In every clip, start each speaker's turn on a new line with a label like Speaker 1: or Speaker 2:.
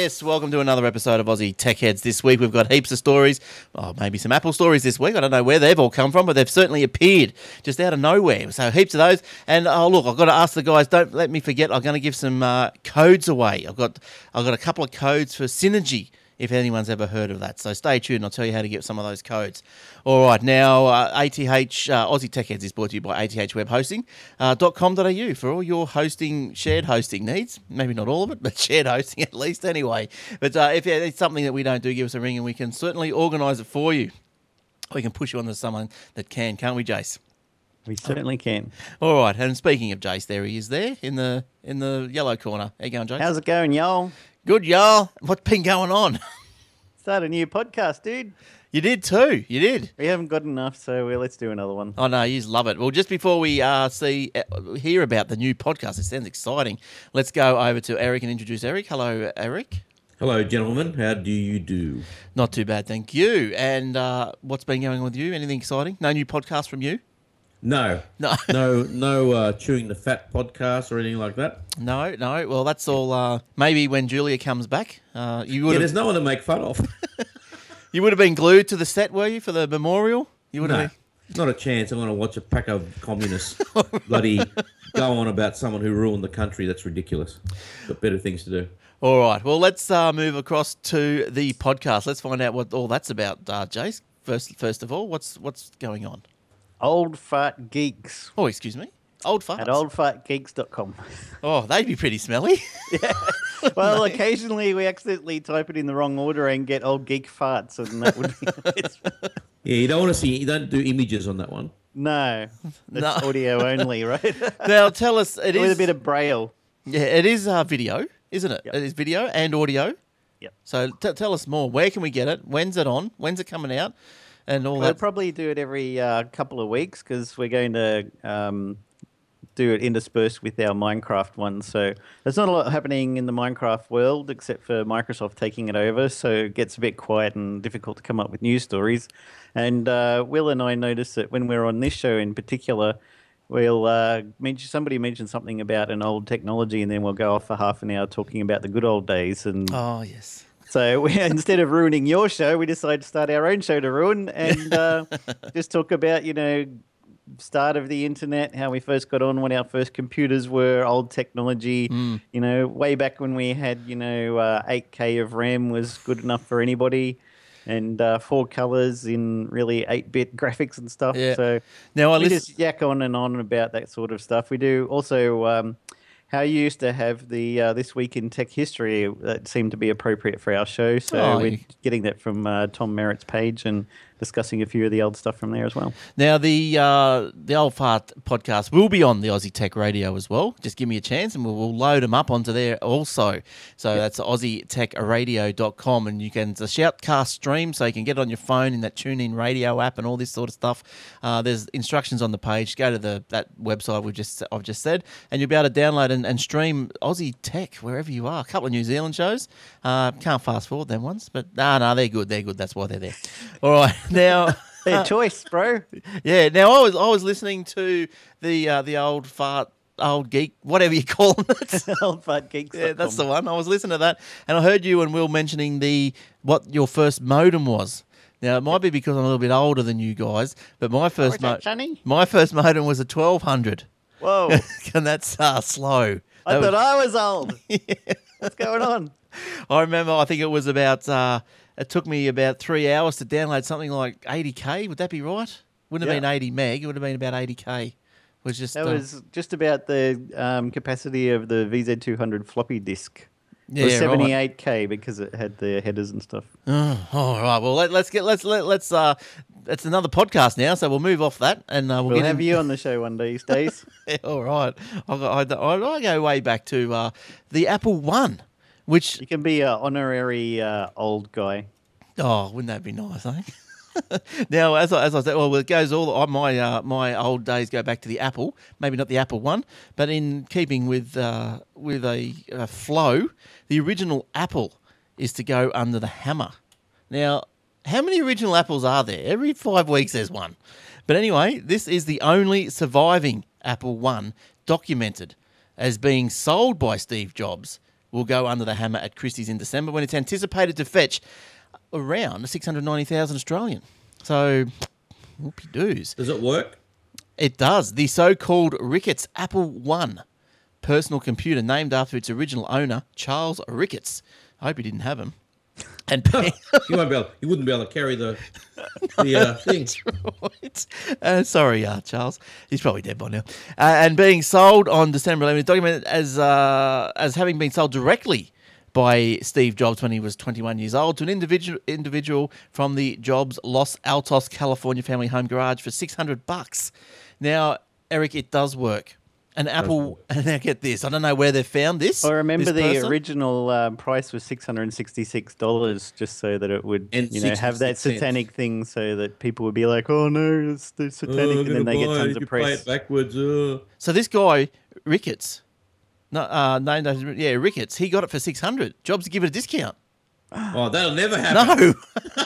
Speaker 1: Yes, welcome to another episode of Aussie Tech Heads. This week we've got heaps of stories. Oh, maybe some Apple stories this week. I don't know where they've all come from, but they've certainly appeared just out of nowhere. So heaps of those. And oh, look, I've got to ask the guys. Don't let me forget. I'm going to give some uh, codes away. I've got I've got a couple of codes for synergy. If anyone's ever heard of that, so stay tuned. I'll tell you how to get some of those codes. All right, now uh, ATH uh, Aussie Tech Heads is brought to you by athwebhosting.com.au uh, for all your hosting, shared hosting needs. Maybe not all of it, but shared hosting at least anyway. But uh, if it's something that we don't do, give us a ring and we can certainly organise it for you. We can push you onto someone that can, can't we, Jace?
Speaker 2: We certainly can.
Speaker 1: All right. And speaking of Jace, there he is, there in the in the yellow corner. How you going, Jace?
Speaker 2: How's it going, y'all?
Speaker 1: Good, y'all. What's been going on?
Speaker 2: Start a new podcast, dude.
Speaker 1: you did too. You did.
Speaker 2: We haven't got enough, so well, let's do another one.
Speaker 1: Oh no, you just love it. Well, just before we uh, see uh, hear about the new podcast, it sounds exciting. Let's go over to Eric and introduce Eric. Hello, Eric.
Speaker 3: Hello, gentlemen. How do you do?
Speaker 1: Not too bad, thank you. And uh, what's been going on with you? Anything exciting? No new podcast from you?
Speaker 3: No,
Speaker 1: No,
Speaker 3: no, no uh, chewing the fat podcast or anything like that.
Speaker 1: no, no. Well, that's all. Uh, maybe when Julia comes back, uh, you
Speaker 3: Yeah,
Speaker 1: would
Speaker 3: there's
Speaker 1: have
Speaker 3: no one to make fun of.
Speaker 1: you would have been glued to the set, were you, for the memorial? You would have.
Speaker 3: no,
Speaker 1: Been...
Speaker 3: not a chance. I'm going to watch a pack of communists
Speaker 2: Oh.
Speaker 3: bloody go on about someone who ruined the country. That's ridiculous. Got better things to do.
Speaker 1: All right. Well, let's uh, move across to the podcast. Let's find out what all that's about, uh, Jace. First, first of all, what's what's going on?
Speaker 2: Old Fart Geeks.
Speaker 1: Oh, excuse me. Old farts.
Speaker 2: at oldfartgeeks.com.
Speaker 1: Oh, they'd be pretty smelly.
Speaker 2: Well, occasionally we accidentally type it in the wrong order and get old geek farts, and that would be. It's,
Speaker 3: Yeah, you don't want to see. You don't do images on that one.
Speaker 2: no, that's
Speaker 1: No.
Speaker 2: audio only, right? With
Speaker 1: now tell us, it is
Speaker 2: a bit of braille.
Speaker 1: yeah, it is uh, video, isn't it?
Speaker 2: Yep.
Speaker 1: It is video and audio.
Speaker 2: Yep.
Speaker 1: So t- tell us more. Where can we get it? When's it on? When's it coming out? And all
Speaker 2: We'll
Speaker 1: that.
Speaker 2: probably do it every uh, couple of weeks because we're going to um, do it interspersed with our Minecraft one. So there's not a lot happening in the Minecraft world except for Microsoft taking it over. So it gets a bit quiet and difficult to come up with news stories. And uh, Will and I noticed that when we're on this show in particular, we'll uh, mention somebody mentioned something about an old technology, and then we'll go off for half an hour talking about the good old days and
Speaker 1: oh yes.
Speaker 2: so we, instead of ruining your show, we decided to start our own show to ruin and uh, just talk about, you know, start of the internet, how we first got on, what our first computers were, old technology. You know, way back when we had, you know, uh, 8K of RAM was good enough for anybody and uh, four colors in really 8-bit graphics and stuff.
Speaker 1: Yeah.
Speaker 2: So
Speaker 1: Now I
Speaker 2: we
Speaker 1: listen.
Speaker 2: just yak on and on about that sort of stuff. We do also um, how you used to have the uh, this week in tech history that seemed to be appropriate for our show. So
Speaker 1: Oh,
Speaker 2: we're
Speaker 1: you-
Speaker 2: getting that from uh, Tom Merritt's page and discussing a few of the old stuff from there as well.
Speaker 1: Now the uh, the old fart podcast will be on the Aussie Tech Radio as well. Just give me a chance, and we'll, we'll load them up onto there also. So that's aussietechradio.com, and you can the shoutcast stream, so you can get it on your phone in that TuneIn Radio app and all this sort of stuff. Uh, there's instructions on the page. Go to the that website we just I've just said, and you'll be able to download and, and stream Aussie Tech wherever you are. A couple of New Zealand shows. Uh, can't fast forward them ones, but ah no, they're good. They're good. That's why they're there. All right, now.
Speaker 2: Their choice, bro.
Speaker 1: Yeah. Now I was I was listening to the uh, the old fart old geek whatever you call it.
Speaker 2: old fart geeks.
Speaker 1: yeah, that's
Speaker 2: Um.
Speaker 1: the one. I was listening to that, and I heard you and Will mentioning the what your first modem was. Now it might be because I'm a little bit older than you guys, but my first mo-
Speaker 2: Oh, that shiny?
Speaker 1: my first modem was a 1200,
Speaker 2: Whoa.
Speaker 1: and that's uh, slow.
Speaker 2: I
Speaker 1: That was-
Speaker 2: thought I was old. What's going on?
Speaker 1: I remember. I think it was about. Uh, it took me about three hours to download something like 80k. Would that be right? Wouldn't have
Speaker 2: Yeah.
Speaker 1: been 80 meg. It would have been about 80k. was just
Speaker 2: That
Speaker 1: uh,
Speaker 2: was just about the um, capacity of the VZ200 floppy disk. it
Speaker 1: yeah,
Speaker 2: was
Speaker 1: right.
Speaker 2: 78k because it had the headers and stuff.
Speaker 1: Oh, all right. Well, let, let's get let's let, let's uh, that's another podcast now. So we'll move off that, and uh, we'll,
Speaker 2: We'll
Speaker 1: get
Speaker 2: have
Speaker 1: in-
Speaker 2: you on the show one of these days.
Speaker 1: Yeah, all right. I, go- I, I, I go way back to uh, the Apple One, which
Speaker 2: You can be an honorary uh, old guy.
Speaker 1: oh, wouldn't that be nice, eh? now, as I, as I said, well, it goes all uh, my uh, my old days go back to the Apple. Maybe not the Apple One, but in keeping with uh, with a, a flow, the original Apple is to go under the hammer. Now, how many original apples are there? Every five weeks there's one. But anyway, this is the only surviving Apple One documented as being sold by Steve Jobs. Will go under the hammer at Christie's in December when it's anticipated to fetch around 690,000 Australian. So, whoopie doos.
Speaker 3: Does it work?
Speaker 1: It does. The so called Ricketts Apple One personal computer named after its original owner, Charles Ricketts. I hope he didn't have him. And
Speaker 3: You won't be able. You wouldn't be able to carry the the uh, thing.
Speaker 1: Right. Uh, sorry, uh, Charles. He's probably dead by now. Uh, and being sold on December 11th, documented as uh, as having been sold directly by Steve Jobs when he was 21 years old to an individual individual from the Jobs Los Altos, California family home garage for 600 bucks. Now, Eric, it does work. An Apple, and now get this. I don't know where they found this.
Speaker 2: I remember
Speaker 1: this
Speaker 2: the
Speaker 1: person.
Speaker 2: original um, price was six hundred and sixty-six dollars, just so that it would,
Speaker 3: And
Speaker 2: you know, have that
Speaker 3: 66 cents.
Speaker 2: satanic thing, so that people would be like, "Oh no, it's the
Speaker 3: Oh,
Speaker 2: satanic,"
Speaker 3: I'm
Speaker 2: and then
Speaker 3: gonna
Speaker 2: they get
Speaker 3: buy it if
Speaker 2: tons
Speaker 3: you
Speaker 2: of
Speaker 3: play it
Speaker 2: press.
Speaker 3: backwards. Uh.
Speaker 1: So this guy Ricketts, no, uh, named after yeah Ricketts, he got it for six hundred. Jobs give it a discount.
Speaker 3: Oh, that'll never happen.
Speaker 1: No,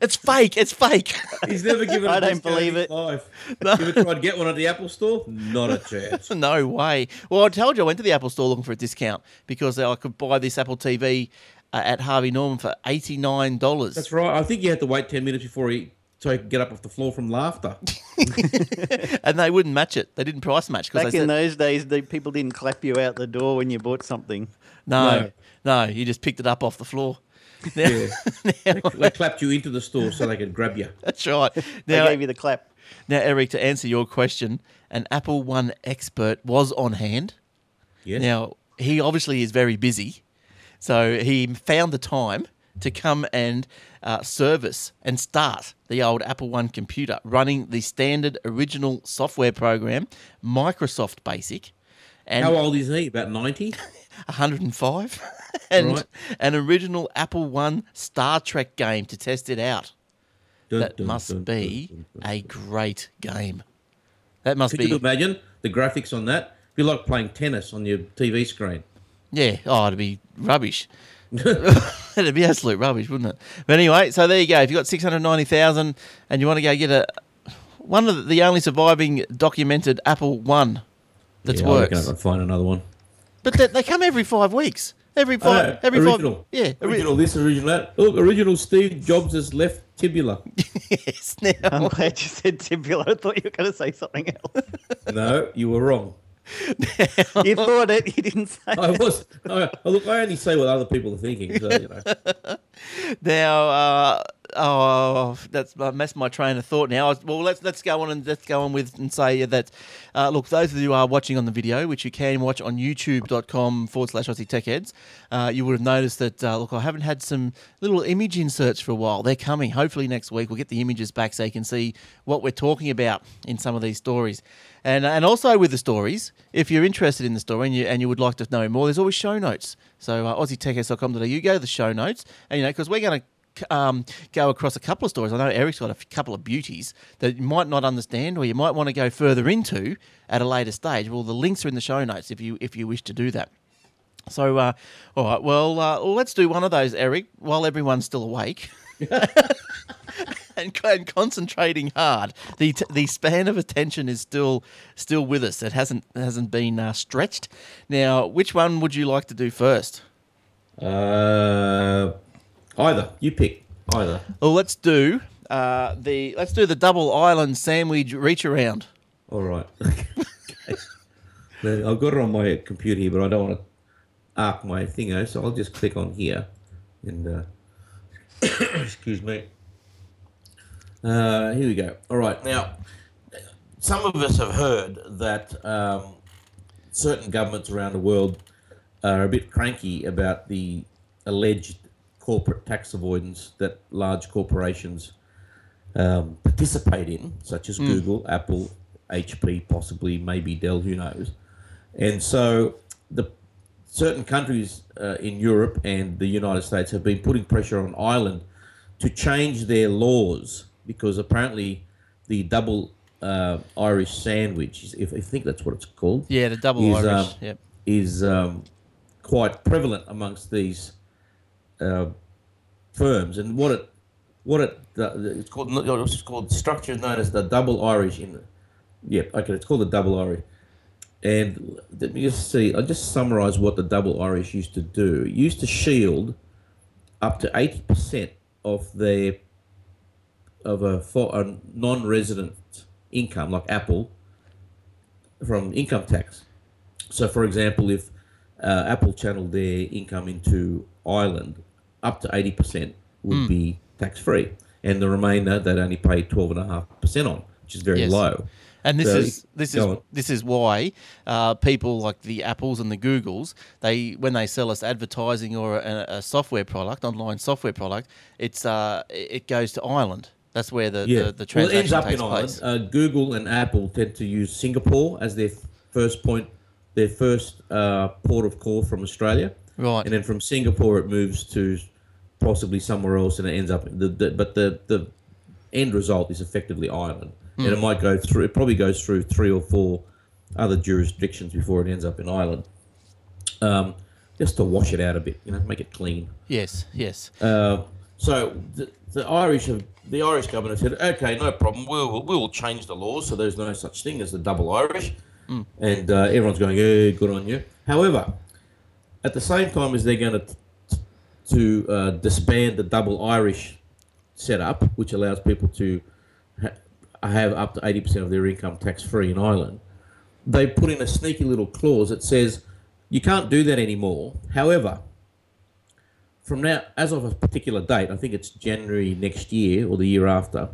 Speaker 1: it's fake. It's fake.
Speaker 3: He's never given.
Speaker 2: I
Speaker 3: a
Speaker 2: don't
Speaker 3: discount
Speaker 2: believe
Speaker 3: in his
Speaker 2: it.
Speaker 3: Life. You ever tried to get one at the Apple Store? Not a chance.
Speaker 1: no way. Well, I told you I went to the Apple store looking for a discount because I could buy this Apple TV uh, at Harvey Norman for eighty nine dollars.
Speaker 3: That's right. I think you had to wait ten minutes before he so he could get up off the floor from laughter.
Speaker 1: and they wouldn't match it. They didn't price match because
Speaker 2: Back
Speaker 1: they
Speaker 2: in
Speaker 1: said
Speaker 2: those days, the people didn't clap you out the door when you bought something.
Speaker 1: no, no, You just picked it up off the floor. Now,
Speaker 3: Yeah.
Speaker 1: now-
Speaker 3: they clapped you into the store so they could grab you.
Speaker 1: that's right.
Speaker 2: They
Speaker 1: Now,
Speaker 2: gave you the clap.
Speaker 1: Now, Eric, to answer your question, an Apple One expert was on hand.
Speaker 3: Yes.
Speaker 1: Now, he obviously is very busy, so he found the time to come and uh, service and start the old Apple One computer running the standard original software program, Microsoft Basic, and
Speaker 3: How old is he? About ninety.
Speaker 1: 105, and
Speaker 3: Right.
Speaker 1: an original Apple One Star Trek game to test it out. That must be a great game. That must
Speaker 3: Could you
Speaker 1: be
Speaker 3: imagine the graphics on that? It'd be like playing tennis on your TV screen.
Speaker 1: Yeah. Oh, it'd be rubbish. it'd be absolute rubbish, wouldn't it? But anyway, so there you go. If you've got 690,000 and you want to go get a one of the, the only surviving documented Apple One that's
Speaker 3: yeah, I reckon I
Speaker 1: works.
Speaker 3: can find another one.
Speaker 1: But they, they come every five weeks. Every five.
Speaker 3: Oh,
Speaker 1: every
Speaker 3: original.
Speaker 1: five. Yeah. ori-
Speaker 3: original this, original that. Look, original Steve Jobs has left tibula.
Speaker 1: yes. Now,
Speaker 2: I'm glad you said tibular. I thought you were going to say something else.
Speaker 3: no, you were wrong.
Speaker 2: you thought it, you didn't say.
Speaker 3: I
Speaker 2: it.
Speaker 3: was. I, look, I only say what other people are thinking. So, you know.
Speaker 1: now. Uh, Oh, that's I messed my train of thought. Now, I was- well, let's let's go on and let's go on with and say that. Uh, look, those of you who are watching on the video, which you can watch on YouTube.com forward slash Aussie Tech Heads, uh, you would have noticed that. Uh, look, I haven't had some little image inserts for a while. They're coming. Hopefully next week we'll get the images back so you can see what we're talking about in some of these stories, and and also with the stories. If you're interested in the story and you and you would like to know more, there's always show notes. So uh, AussieTechHeads.com.au, go to the show notes, and you know because we're going to c- um, go across a couple of stories. I know Eric's got a f- couple of beauties that you might not understand, or you might want to go further into at a later stage. Well, the links are in the show notes if you if you wish to do that. So, uh, all right, well, uh, let's do one of those, Eric, while everyone's still awake. And, and concentrating hard, the t- the span of attention is still still with us. It hasn't hasn't been uh, stretched. Now, which one would you like to do first?
Speaker 3: Uh, either you pick either.
Speaker 1: Well, let's do uh, the let's do the double island sandwich reach around.
Speaker 3: All right. Okay. I've got it on my computer here, but I don't want to arc my thingo, so I'll just click on here. And uh, excuse me. Uh, here we go. All right. Now, some of us have heard that um, certain governments around the world are a bit cranky about the alleged corporate tax avoidance that large corporations um, participate in, such as Google, Apple, HP, possibly maybe Dell, who knows. And so the certain countries uh, in Europe and the United States have been putting pressure on Ireland to change their laws because apparently the double uh, Irish sandwich, is- if I think that's what it's called,
Speaker 1: Yeah, the double
Speaker 3: He's,
Speaker 1: Irish.
Speaker 3: um,
Speaker 1: yep.
Speaker 3: is um, quite prevalent amongst these uh, firms. And what it what it the, the- it's called it's called structure known as the double Irish. In yep, okay, it's called the double Irish. And let me just see. I'll just summarise what the double Irish used to do. It used to shield up to eighty percent of their of a, for, a non-resident income, like Apple, from income tax. So, for example, if uh, Apple channeled their income into Ireland, up to 80% would be tax free. And the remainder, they'd only pay 12.5% on, which is very
Speaker 1: Yes.
Speaker 3: low.
Speaker 1: And this
Speaker 3: So,
Speaker 1: is this is
Speaker 3: go on.
Speaker 1: this is why uh, people like the Apples and the Googles they when they sell us advertising or a, a software product, online software product, it's uh, it it goes to Ireland. That's where the the, the
Speaker 3: Well, it
Speaker 1: transaction
Speaker 3: ends up
Speaker 1: takes
Speaker 3: in
Speaker 1: place.
Speaker 3: Ireland. Uh, Google and Apple tend to use Singapore as their f- first point, their first uh, port of call from Australia.
Speaker 1: Right.
Speaker 3: And then from Singapore, it moves to possibly somewhere else, and it ends up. The, the, but the the end result is effectively Ireland,
Speaker 1: Hmm.
Speaker 3: and it might go through. It probably goes through three or four other jurisdictions before it ends up in Ireland, um, just to wash it out a bit, you know, make it clean.
Speaker 1: Yes, yes.
Speaker 3: Uh, so the, the Irish have, the Irish government have said, okay, no problem. We will we will change the laws so there's no such thing as the double Irish, and uh, everyone's going, yeah, good on you. However, at the same time as they're going to to uh, disband the double Irish setup, which allows people to ha- have up to eighty percent of their income tax free in Ireland, they put in a sneaky little clause that says you can't do that anymore. However, from now, as of a particular date, I think it's January next year or the year after,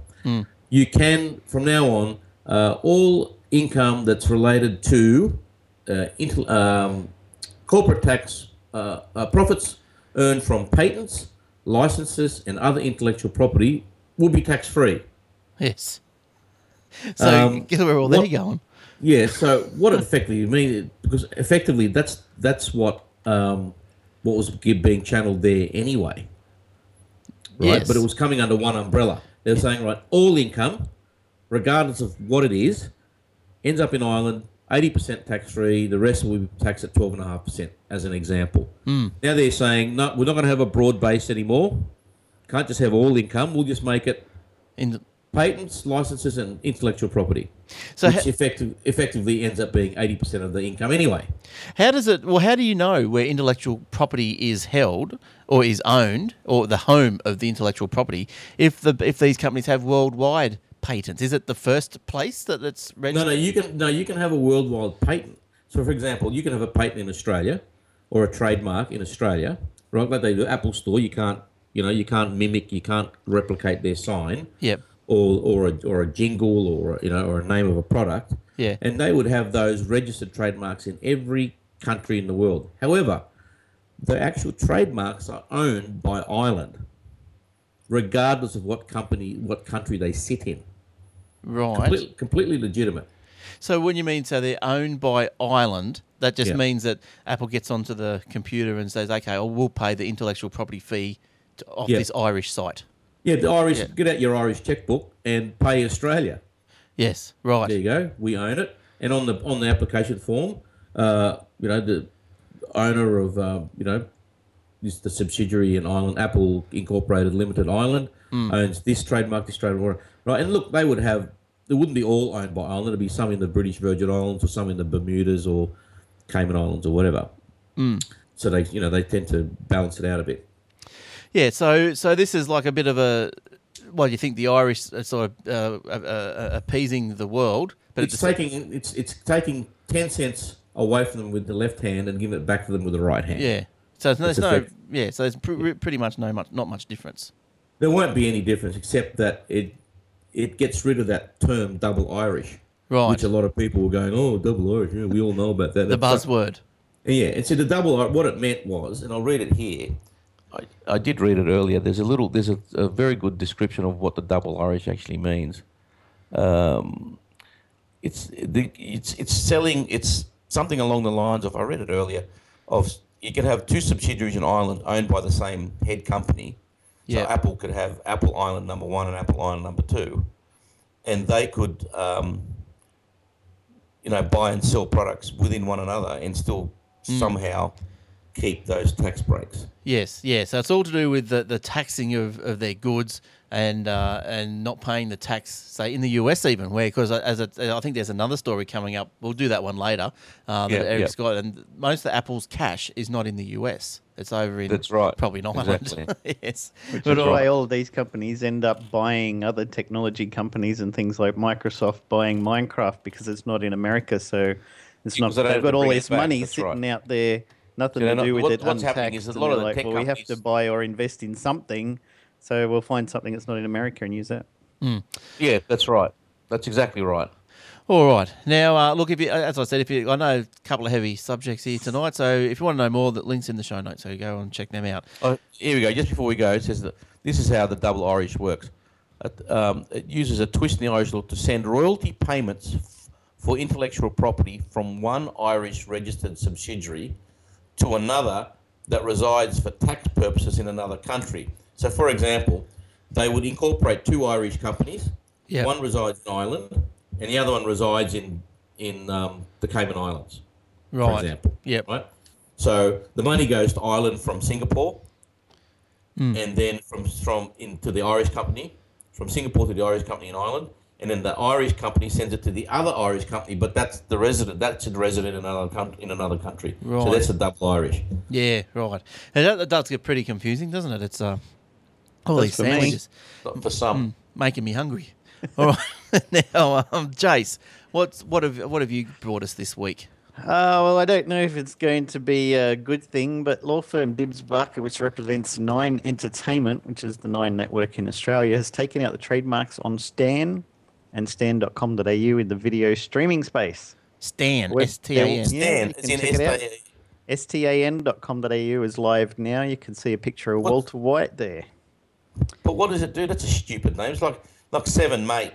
Speaker 3: you can, from now on, uh, all income that's related to uh, intel, um, corporate tax uh, uh, profits earned from patents, licenses, and other intellectual property will be tax free.
Speaker 1: Yes. So
Speaker 3: Um,
Speaker 1: get where all they're
Speaker 3: what-
Speaker 1: going.
Speaker 3: Yeah. So what it effectively means, because effectively that's that's what um, what was gi- being channeled there anyway, right?
Speaker 1: Yes.
Speaker 3: But it was coming under one umbrella. They're saying right, all income, regardless of what it is, ends up in Ireland. 80% tax free, the rest will be taxed at 12.5%, as an example. Now they're saying, no, we're not going to have a broad base anymore. Can't just have all income. We'll just make it
Speaker 1: In,
Speaker 3: patents, licenses, and intellectual property
Speaker 1: so
Speaker 3: which
Speaker 1: ha-
Speaker 3: effective, effectively ends up being 80% of the income anyway.
Speaker 1: how does it? Well, how do you know where intellectual property is held or is owned or the home of the intellectual property if the if these companies have worldwide patents? Is it the first place that it's
Speaker 3: No,
Speaker 1: registered?
Speaker 3: no, you can no, you can have a worldwide patent. So, for example, you can have a patent in Australia or a trademark in Australia, right? Like they do Apple Store, you can't, you know, you can't mimic, you can't replicate their sign.
Speaker 1: Yep.
Speaker 3: or or a, or a jingle or you know or a name of a product.
Speaker 1: Yeah.
Speaker 3: And they would have those registered trademarks in every country in the world. However, the actual trademarks are owned by Ireland, regardless of what company what country they sit in.
Speaker 1: Right.
Speaker 3: Completely, completely legitimate.
Speaker 1: So when you mean so they're owned by Ireland, that just
Speaker 3: Yeah.
Speaker 1: means that Apple gets onto the computer and says, "Okay, well, we'll pay the intellectual property fee to, off
Speaker 3: Yeah.
Speaker 1: this Irish site."
Speaker 3: Yeah, the Irish
Speaker 1: Yeah.
Speaker 3: get out your Irish checkbook and pay Australia.
Speaker 1: Yes, right.
Speaker 3: There you go. We own it. And on the on the application form, uh, you know the owner of uh, you know this the subsidiary in Ireland, Apple Incorporated Limited Ireland,
Speaker 1: Hmm.
Speaker 3: owns this trademark, this trademark, right? And look, they would have. It wouldn't be all owned by Ireland. It'd be some in the British Virgin Islands or some in the Bermudas or Cayman Islands or whatever.
Speaker 1: Hmm.
Speaker 3: So they, you know, they tend to balance it out a bit.
Speaker 1: Yeah, so so this is like a bit of a well, you think the Irish are sort of uh, uh, uh, appeasing the world, but
Speaker 3: It's
Speaker 1: it's the
Speaker 3: taking it's it's taking ten cents away from them with the left hand and giving it back to them with the right hand.
Speaker 1: yeah. So there's no
Speaker 3: effect-
Speaker 1: yeah. So there's pr- pretty much no much not much difference.
Speaker 3: There won't be any difference except that it it gets rid of that term double Irish.
Speaker 1: Right.
Speaker 4: which a lot of people were going, oh, double Irish. Yeah, we all know about that.
Speaker 1: the
Speaker 4: That's-
Speaker 1: buzzword.
Speaker 4: Yeah, and so the double Irish, what it meant was, and I'll read it here.
Speaker 3: I, I did read it earlier. There's a little, there's a, a very good description of what the double Irish actually means. Um, it's the, it's it's selling. It's something along the lines of I read it earlier. Of you could have two subsidiaries in Ireland owned by the same head company. So
Speaker 1: Yeah.
Speaker 3: Apple could have Apple Island number one and Apple Island number two, and they could, um, you know, buy and sell products within one another and still somehow keep those tax breaks.
Speaker 1: Yes, yeah. So it's all to do with the, the taxing of, of their goods and uh, and not paying the tax, say in the US even, where because as a, I think there's another story coming up. We'll do that one later. Uh, that
Speaker 3: Yeah,
Speaker 1: Eric's
Speaker 3: yeah.
Speaker 1: got, and most of Apple's cash is not in the US. It's over in
Speaker 3: That's right.
Speaker 1: probably not.
Speaker 3: Exactly.
Speaker 1: yes,
Speaker 2: Which is
Speaker 1: all-
Speaker 2: why all of these companies end up buying other technology companies and things like Microsoft buying Minecraft because it's not in America. So it's not.
Speaker 3: Because they don't
Speaker 2: They've got
Speaker 3: bring
Speaker 2: all
Speaker 3: it
Speaker 2: this
Speaker 3: back,
Speaker 2: money
Speaker 3: that's
Speaker 2: sitting
Speaker 3: right.
Speaker 2: out there, nothing
Speaker 3: Yeah,
Speaker 2: to
Speaker 3: no,
Speaker 2: do with
Speaker 3: what-
Speaker 2: it.
Speaker 3: what's
Speaker 2: untaxed,
Speaker 3: happening is that a
Speaker 2: and
Speaker 3: lot
Speaker 2: they're
Speaker 3: of the
Speaker 2: like,
Speaker 3: tech
Speaker 2: well, we have to
Speaker 3: companies-
Speaker 2: buy or invest in something. So we'll find something that's not in America and use that.
Speaker 3: Yeah, that's right. That's exactly right.
Speaker 1: All right. Now, uh, look, if you, as I said, if you, I know a couple of heavy subjects here tonight, so if you want to know more, that links in the show notes. So go and check them out.
Speaker 3: Oh, here we go. Just before we go, it says that this is how the double Irish works. It, um, it uses a twist in the Irish law to send royalty payments f- for intellectual property from one Irish registered subsidiary to another that resides for tax purposes in another country. So, for example, they would incorporate two Irish companies.
Speaker 1: Yeah.
Speaker 3: One resides in Ireland, and the other one resides in in um, the Cayman Islands
Speaker 1: Right.
Speaker 3: example.
Speaker 1: Yep.
Speaker 3: right? So the money goes to Ireland from Singapore,
Speaker 2: Hmm.
Speaker 3: and then from from into the Irish company, from Singapore to the Irish company in Ireland, and then the Irish company sends it to the other Irish company, but that's the resident, that's a resident in another country, in another country.
Speaker 1: Right.
Speaker 3: So that's a double Irish.
Speaker 1: Yeah. Right. And that, that does get pretty confusing, doesn't it? It's uh, all these
Speaker 2: for me.
Speaker 1: sandwiches.
Speaker 3: Not For
Speaker 2: Hmm.
Speaker 3: some,
Speaker 1: making me hungry. All right, now, um, Jace, what's what have what have you brought us this week?
Speaker 2: Uh, well, I don't know if it's going to be a good thing, but law firm Dibs Barker, which represents Nine Entertainment, which is the Nine network in Australia, has taken out the trademarks on Stan and stan.com.au in the video streaming space.
Speaker 1: Stan,
Speaker 2: Web-
Speaker 1: S T A N.
Speaker 2: Yeah,
Speaker 3: Dan,
Speaker 2: you
Speaker 3: it's
Speaker 2: can
Speaker 3: in
Speaker 2: check it out.
Speaker 3: Esta-
Speaker 2: stan.com.au is live now. You can see a picture of
Speaker 3: What?
Speaker 2: Walter White there.
Speaker 3: But what does it do? That's a stupid name. It's like like seven, mate.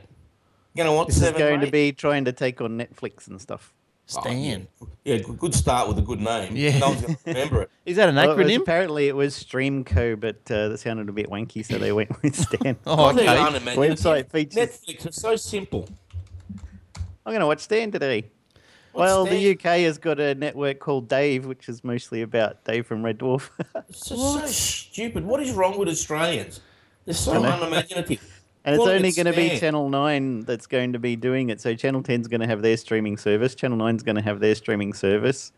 Speaker 3: You gonna want
Speaker 2: This
Speaker 3: seven?
Speaker 2: is going to
Speaker 3: mate? Oh,
Speaker 2: be trying to take on Netflix and stuff.
Speaker 1: Stan.
Speaker 3: yeah. Good good start with a good name.
Speaker 1: Yeah.
Speaker 3: no one's gonna remember it.
Speaker 1: Is that an
Speaker 2: Well, it was-
Speaker 1: acronym?
Speaker 2: apparently, it was Streamco, but uh, that sounded a bit wanky, so they went with Stan.
Speaker 1: oh,
Speaker 3: Well, they're
Speaker 1: okay.
Speaker 3: unimaginative.
Speaker 2: Website features.
Speaker 3: Netflix. It's so simple.
Speaker 2: I'm going to watch Stan today.
Speaker 3: What's
Speaker 2: well,
Speaker 3: Stan?
Speaker 2: the UK has got a network called Dave, which is mostly about Dave from Red Dwarf.
Speaker 3: It's just so stupid. What is wrong with Australians? They're so unimaginative.
Speaker 2: and it's
Speaker 3: Calling
Speaker 2: only
Speaker 3: it
Speaker 2: going to be
Speaker 3: Stan.
Speaker 2: Channel 9 that's going to be doing it. So Channel 10's going to have their streaming service. Channel 9's going to have their streaming service.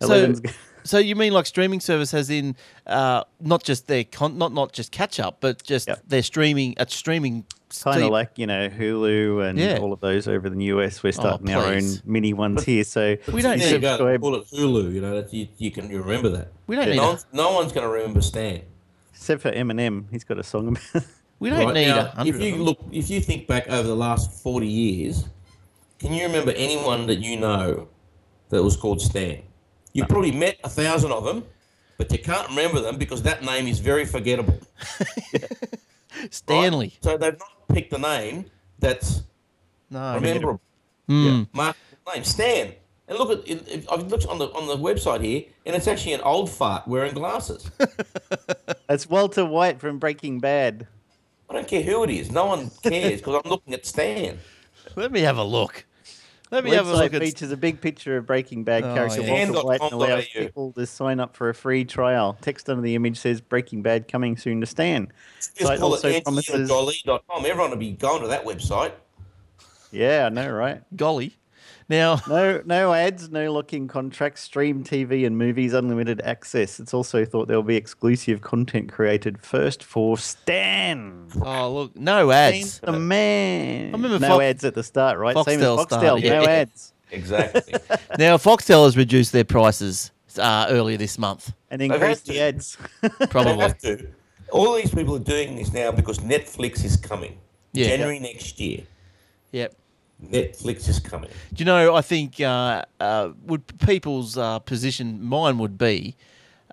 Speaker 1: So,
Speaker 2: 11's g-
Speaker 1: so you mean like streaming service, as in uh, not just their con- not not just catch up, but just
Speaker 2: Yep.
Speaker 1: their streaming at streaming.
Speaker 2: kind
Speaker 1: steep-
Speaker 2: of like, you know, Hulu and
Speaker 1: Yeah. Oh,
Speaker 2: all of those over in the US. We're starting our own
Speaker 1: please.
Speaker 2: mini ones here. So
Speaker 1: We don't
Speaker 2: you
Speaker 1: need
Speaker 3: There you go.
Speaker 2: subscribe,
Speaker 3: Call it Hulu. You know, that's, you, you can you remember that.
Speaker 1: we don't need
Speaker 3: No,
Speaker 1: a,
Speaker 3: one's, no one's going to remember Stan.
Speaker 2: except for Eminem. He's got a song about
Speaker 1: we don't
Speaker 3: Right?
Speaker 1: need
Speaker 3: Now,
Speaker 1: a hundred.
Speaker 3: if you
Speaker 1: of them.
Speaker 3: look, if you think back over the last forty years, can you remember anyone that you know that was called Stan? You probably met a thousand of them, but you can't remember them because that name is very forgettable. right?
Speaker 1: Stanley,
Speaker 3: So they've not picked a name that's
Speaker 1: no,
Speaker 3: rememberable.
Speaker 1: Mm.
Speaker 3: Mark name Stan. And look at it, it- I've looked on the on the website here, and it's actually an old fart wearing glasses.
Speaker 2: That's Walter White from Breaking Bad.
Speaker 3: I don't care who it is. No one cares because I'm looking at Stan.
Speaker 1: Let me have a look. Let me have a look
Speaker 2: website
Speaker 1: at
Speaker 2: features a big picture of Breaking Bad
Speaker 1: Oh,
Speaker 2: character
Speaker 1: yeah.
Speaker 2: Walter White and allows
Speaker 3: Stan.com.au.
Speaker 2: people to sign up for a free trial. Text under the image says Breaking Bad coming soon to Stan.
Speaker 3: Just
Speaker 2: Site
Speaker 3: call
Speaker 2: also
Speaker 3: it
Speaker 2: promises.
Speaker 3: AngelinaJolie.com. E Everyone will be going to that website.
Speaker 2: Yeah, I know, right?
Speaker 1: Golly. Now,
Speaker 2: No, no ads, no locking contracts. Stream TV and movies, unlimited access. It's also thought there will be exclusive content created first for Stan.
Speaker 1: oh look, no ads.
Speaker 2: The man.
Speaker 1: remember
Speaker 2: no
Speaker 1: Fox-
Speaker 2: ads at the start, right? Same as
Speaker 1: Foxtel
Speaker 2: Foxtel.
Speaker 1: started, yeah.
Speaker 2: No ads.
Speaker 3: Exactly.
Speaker 1: Now, Foxtel has reduced their prices uh, earlier this month.
Speaker 2: And
Speaker 3: had
Speaker 2: increase
Speaker 3: to.
Speaker 2: the ads.
Speaker 3: they
Speaker 1: Probably.
Speaker 3: have to. All these people are doing this now because Netflix is coming
Speaker 1: Yeah.
Speaker 3: January next year.
Speaker 1: yep.
Speaker 5: Netflix is coming.
Speaker 1: Do you know? I think uh, uh, would people's uh, position. Mine would be,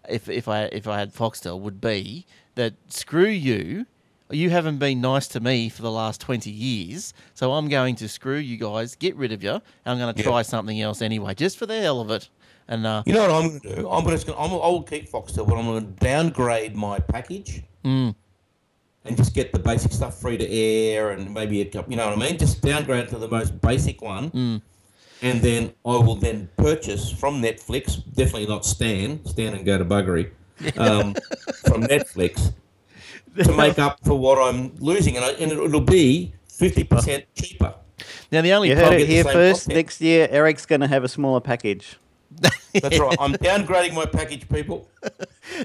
Speaker 1: if if I if I had Foxtel, would be that screw you. You haven't been nice to me for the last twenty years, so I'm going to screw you guys. Get rid of you. And I'm going to
Speaker 3: Yeah.
Speaker 1: try something else anyway, just for the hell of it. And uh,
Speaker 3: You know what I'm going to do? I'm just going. I'm, I'll keep Foxtel, but I'm going to downgrade my package and just get the basic stuff free to air and maybe a couple. You know what I mean? Just downgrade to the most basic one, and then I will then purchase from Netflix. Definitely not Stan. Stan and go to buggery um, from Netflix to make up for what I'm losing, and, I, and it'll be fifty percent cheaper.
Speaker 1: now the only
Speaker 2: You heard
Speaker 1: problem,
Speaker 2: it
Speaker 3: get the
Speaker 2: here
Speaker 3: same
Speaker 2: first.
Speaker 3: content.
Speaker 2: Next year, Eric's going to have a smaller package.
Speaker 3: That's right. I'm downgrading my package, people.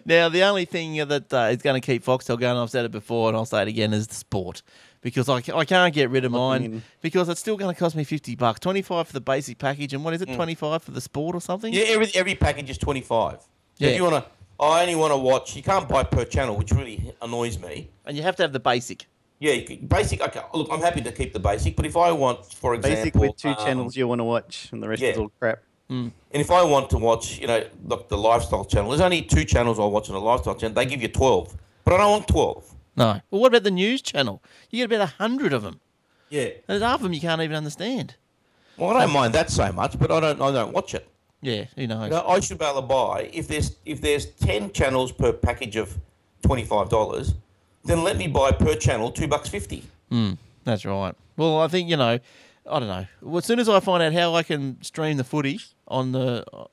Speaker 1: now the only thing that uh, is going to keep Foxtel going. I've said it before, and I'll say it again: is the sport. Because I, ca- I can't get rid of mine
Speaker 2: in.
Speaker 1: because it's still going to cost me fifty bucks, twenty five for the basic package, and what is it, twenty five for the sport or something?
Speaker 3: Yeah, every every package is twenty five.
Speaker 1: Yeah.
Speaker 3: If you want to, I only want to watch. You can't buy per channel, which really annoys me.
Speaker 1: And you have to have the basic.
Speaker 3: Yeah, you can, basic. Okay, look, I'm happy to keep the basic, but if I want, for example,
Speaker 2: Basic with two
Speaker 3: um,
Speaker 2: channels you want to watch, and the rest is
Speaker 3: yeah.
Speaker 2: all crap.
Speaker 3: and if I want to watch, you know, look, the lifestyle channel. There's only two channels I watch on the lifestyle channel. They give you twelve, but I don't want twelve.
Speaker 1: No. Well, what about the news channel? You get about a hundred of them.
Speaker 3: Yeah,
Speaker 1: There's half of them you can't even understand.
Speaker 3: well, I don't mind that so much, but I don't. I don't watch it.
Speaker 1: Yeah, who knows?
Speaker 3: You know, I should be able to buy if there's if there's ten channels per package of twenty five dollars, then let me buy per channel two bucks fifty.
Speaker 1: That's right. Well, I think you know. I don't know. Well, as soon as I find out how I can stream the footy on the uh,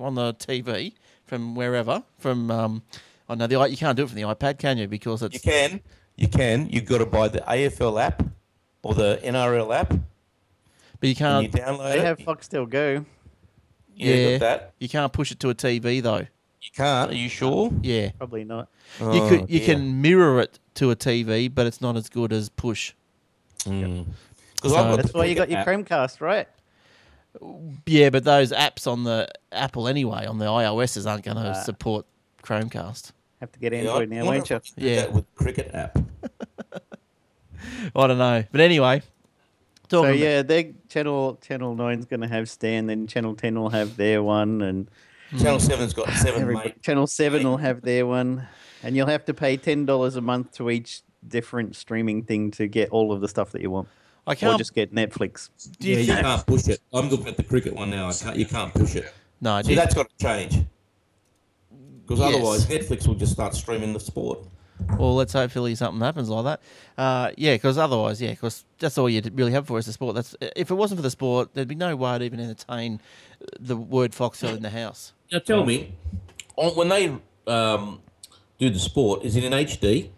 Speaker 1: on the TV from wherever, from um, I know the i- you can't do it from the iPad, can you? Because
Speaker 3: You
Speaker 1: it's
Speaker 3: can, you can. You've got to buy the AFL app or the NRL app,
Speaker 1: but you
Speaker 3: and you
Speaker 1: can't
Speaker 3: download
Speaker 2: Uh, They
Speaker 3: it.
Speaker 2: have Foxtel Go.
Speaker 3: yeah,
Speaker 1: yeah.
Speaker 3: got that.
Speaker 1: you can't push it to a TV though.
Speaker 3: You can't. Are you sure?
Speaker 1: Yeah,
Speaker 2: Probably not.
Speaker 1: you
Speaker 3: Oh,
Speaker 1: could you
Speaker 3: dear.
Speaker 1: can mirror it to a TV, but it's not as good as push.
Speaker 3: Hmm. 'Cause
Speaker 1: So-
Speaker 3: I've got
Speaker 2: That's
Speaker 3: the
Speaker 2: why you got
Speaker 3: cricket
Speaker 2: your
Speaker 3: app.
Speaker 2: Chromecast, right?
Speaker 1: Yeah, but those apps on the Apple anyway on the iOSs aren't going to
Speaker 3: Uh.
Speaker 1: support Chromecast.
Speaker 2: Have to get
Speaker 3: Yeah, I
Speaker 2: Android now,
Speaker 3: wonder
Speaker 2: won't
Speaker 3: if
Speaker 2: you? Hmm.
Speaker 3: I could do
Speaker 1: Yeah.
Speaker 3: that with cricket app.
Speaker 1: I don't know, but anyway,
Speaker 2: So
Speaker 1: talking
Speaker 2: yeah, their channel channel nine's going to have Stan, then channel ten will have their one, and
Speaker 3: Channel Seven's got seven,
Speaker 2: every,
Speaker 3: mate.
Speaker 2: channel seven will have their one, and you'll have to pay ten dollars a month to each different streaming thing to get all of the stuff that you want,
Speaker 1: I
Speaker 2: or
Speaker 1: can't.
Speaker 2: just get Netflix.
Speaker 1: do you
Speaker 3: yeah,
Speaker 1: think-
Speaker 3: you can't push it. I'm looking at the cricket one now. I can't. You can't push it.
Speaker 1: No,
Speaker 3: See,
Speaker 1: do-
Speaker 3: that's got to change. Because
Speaker 1: Yes.
Speaker 3: otherwise, Netflix will just start streaming the sport.
Speaker 1: Well, let's hopefully something happens like that. Uh, yeah, because otherwise, yeah, because that's all you really have for is the sport. That's if it wasn't for the sport, there'd be no way to even entertain the word foxhole in the house.
Speaker 3: Now tell me, on, when they um, do the sport, is it in HD?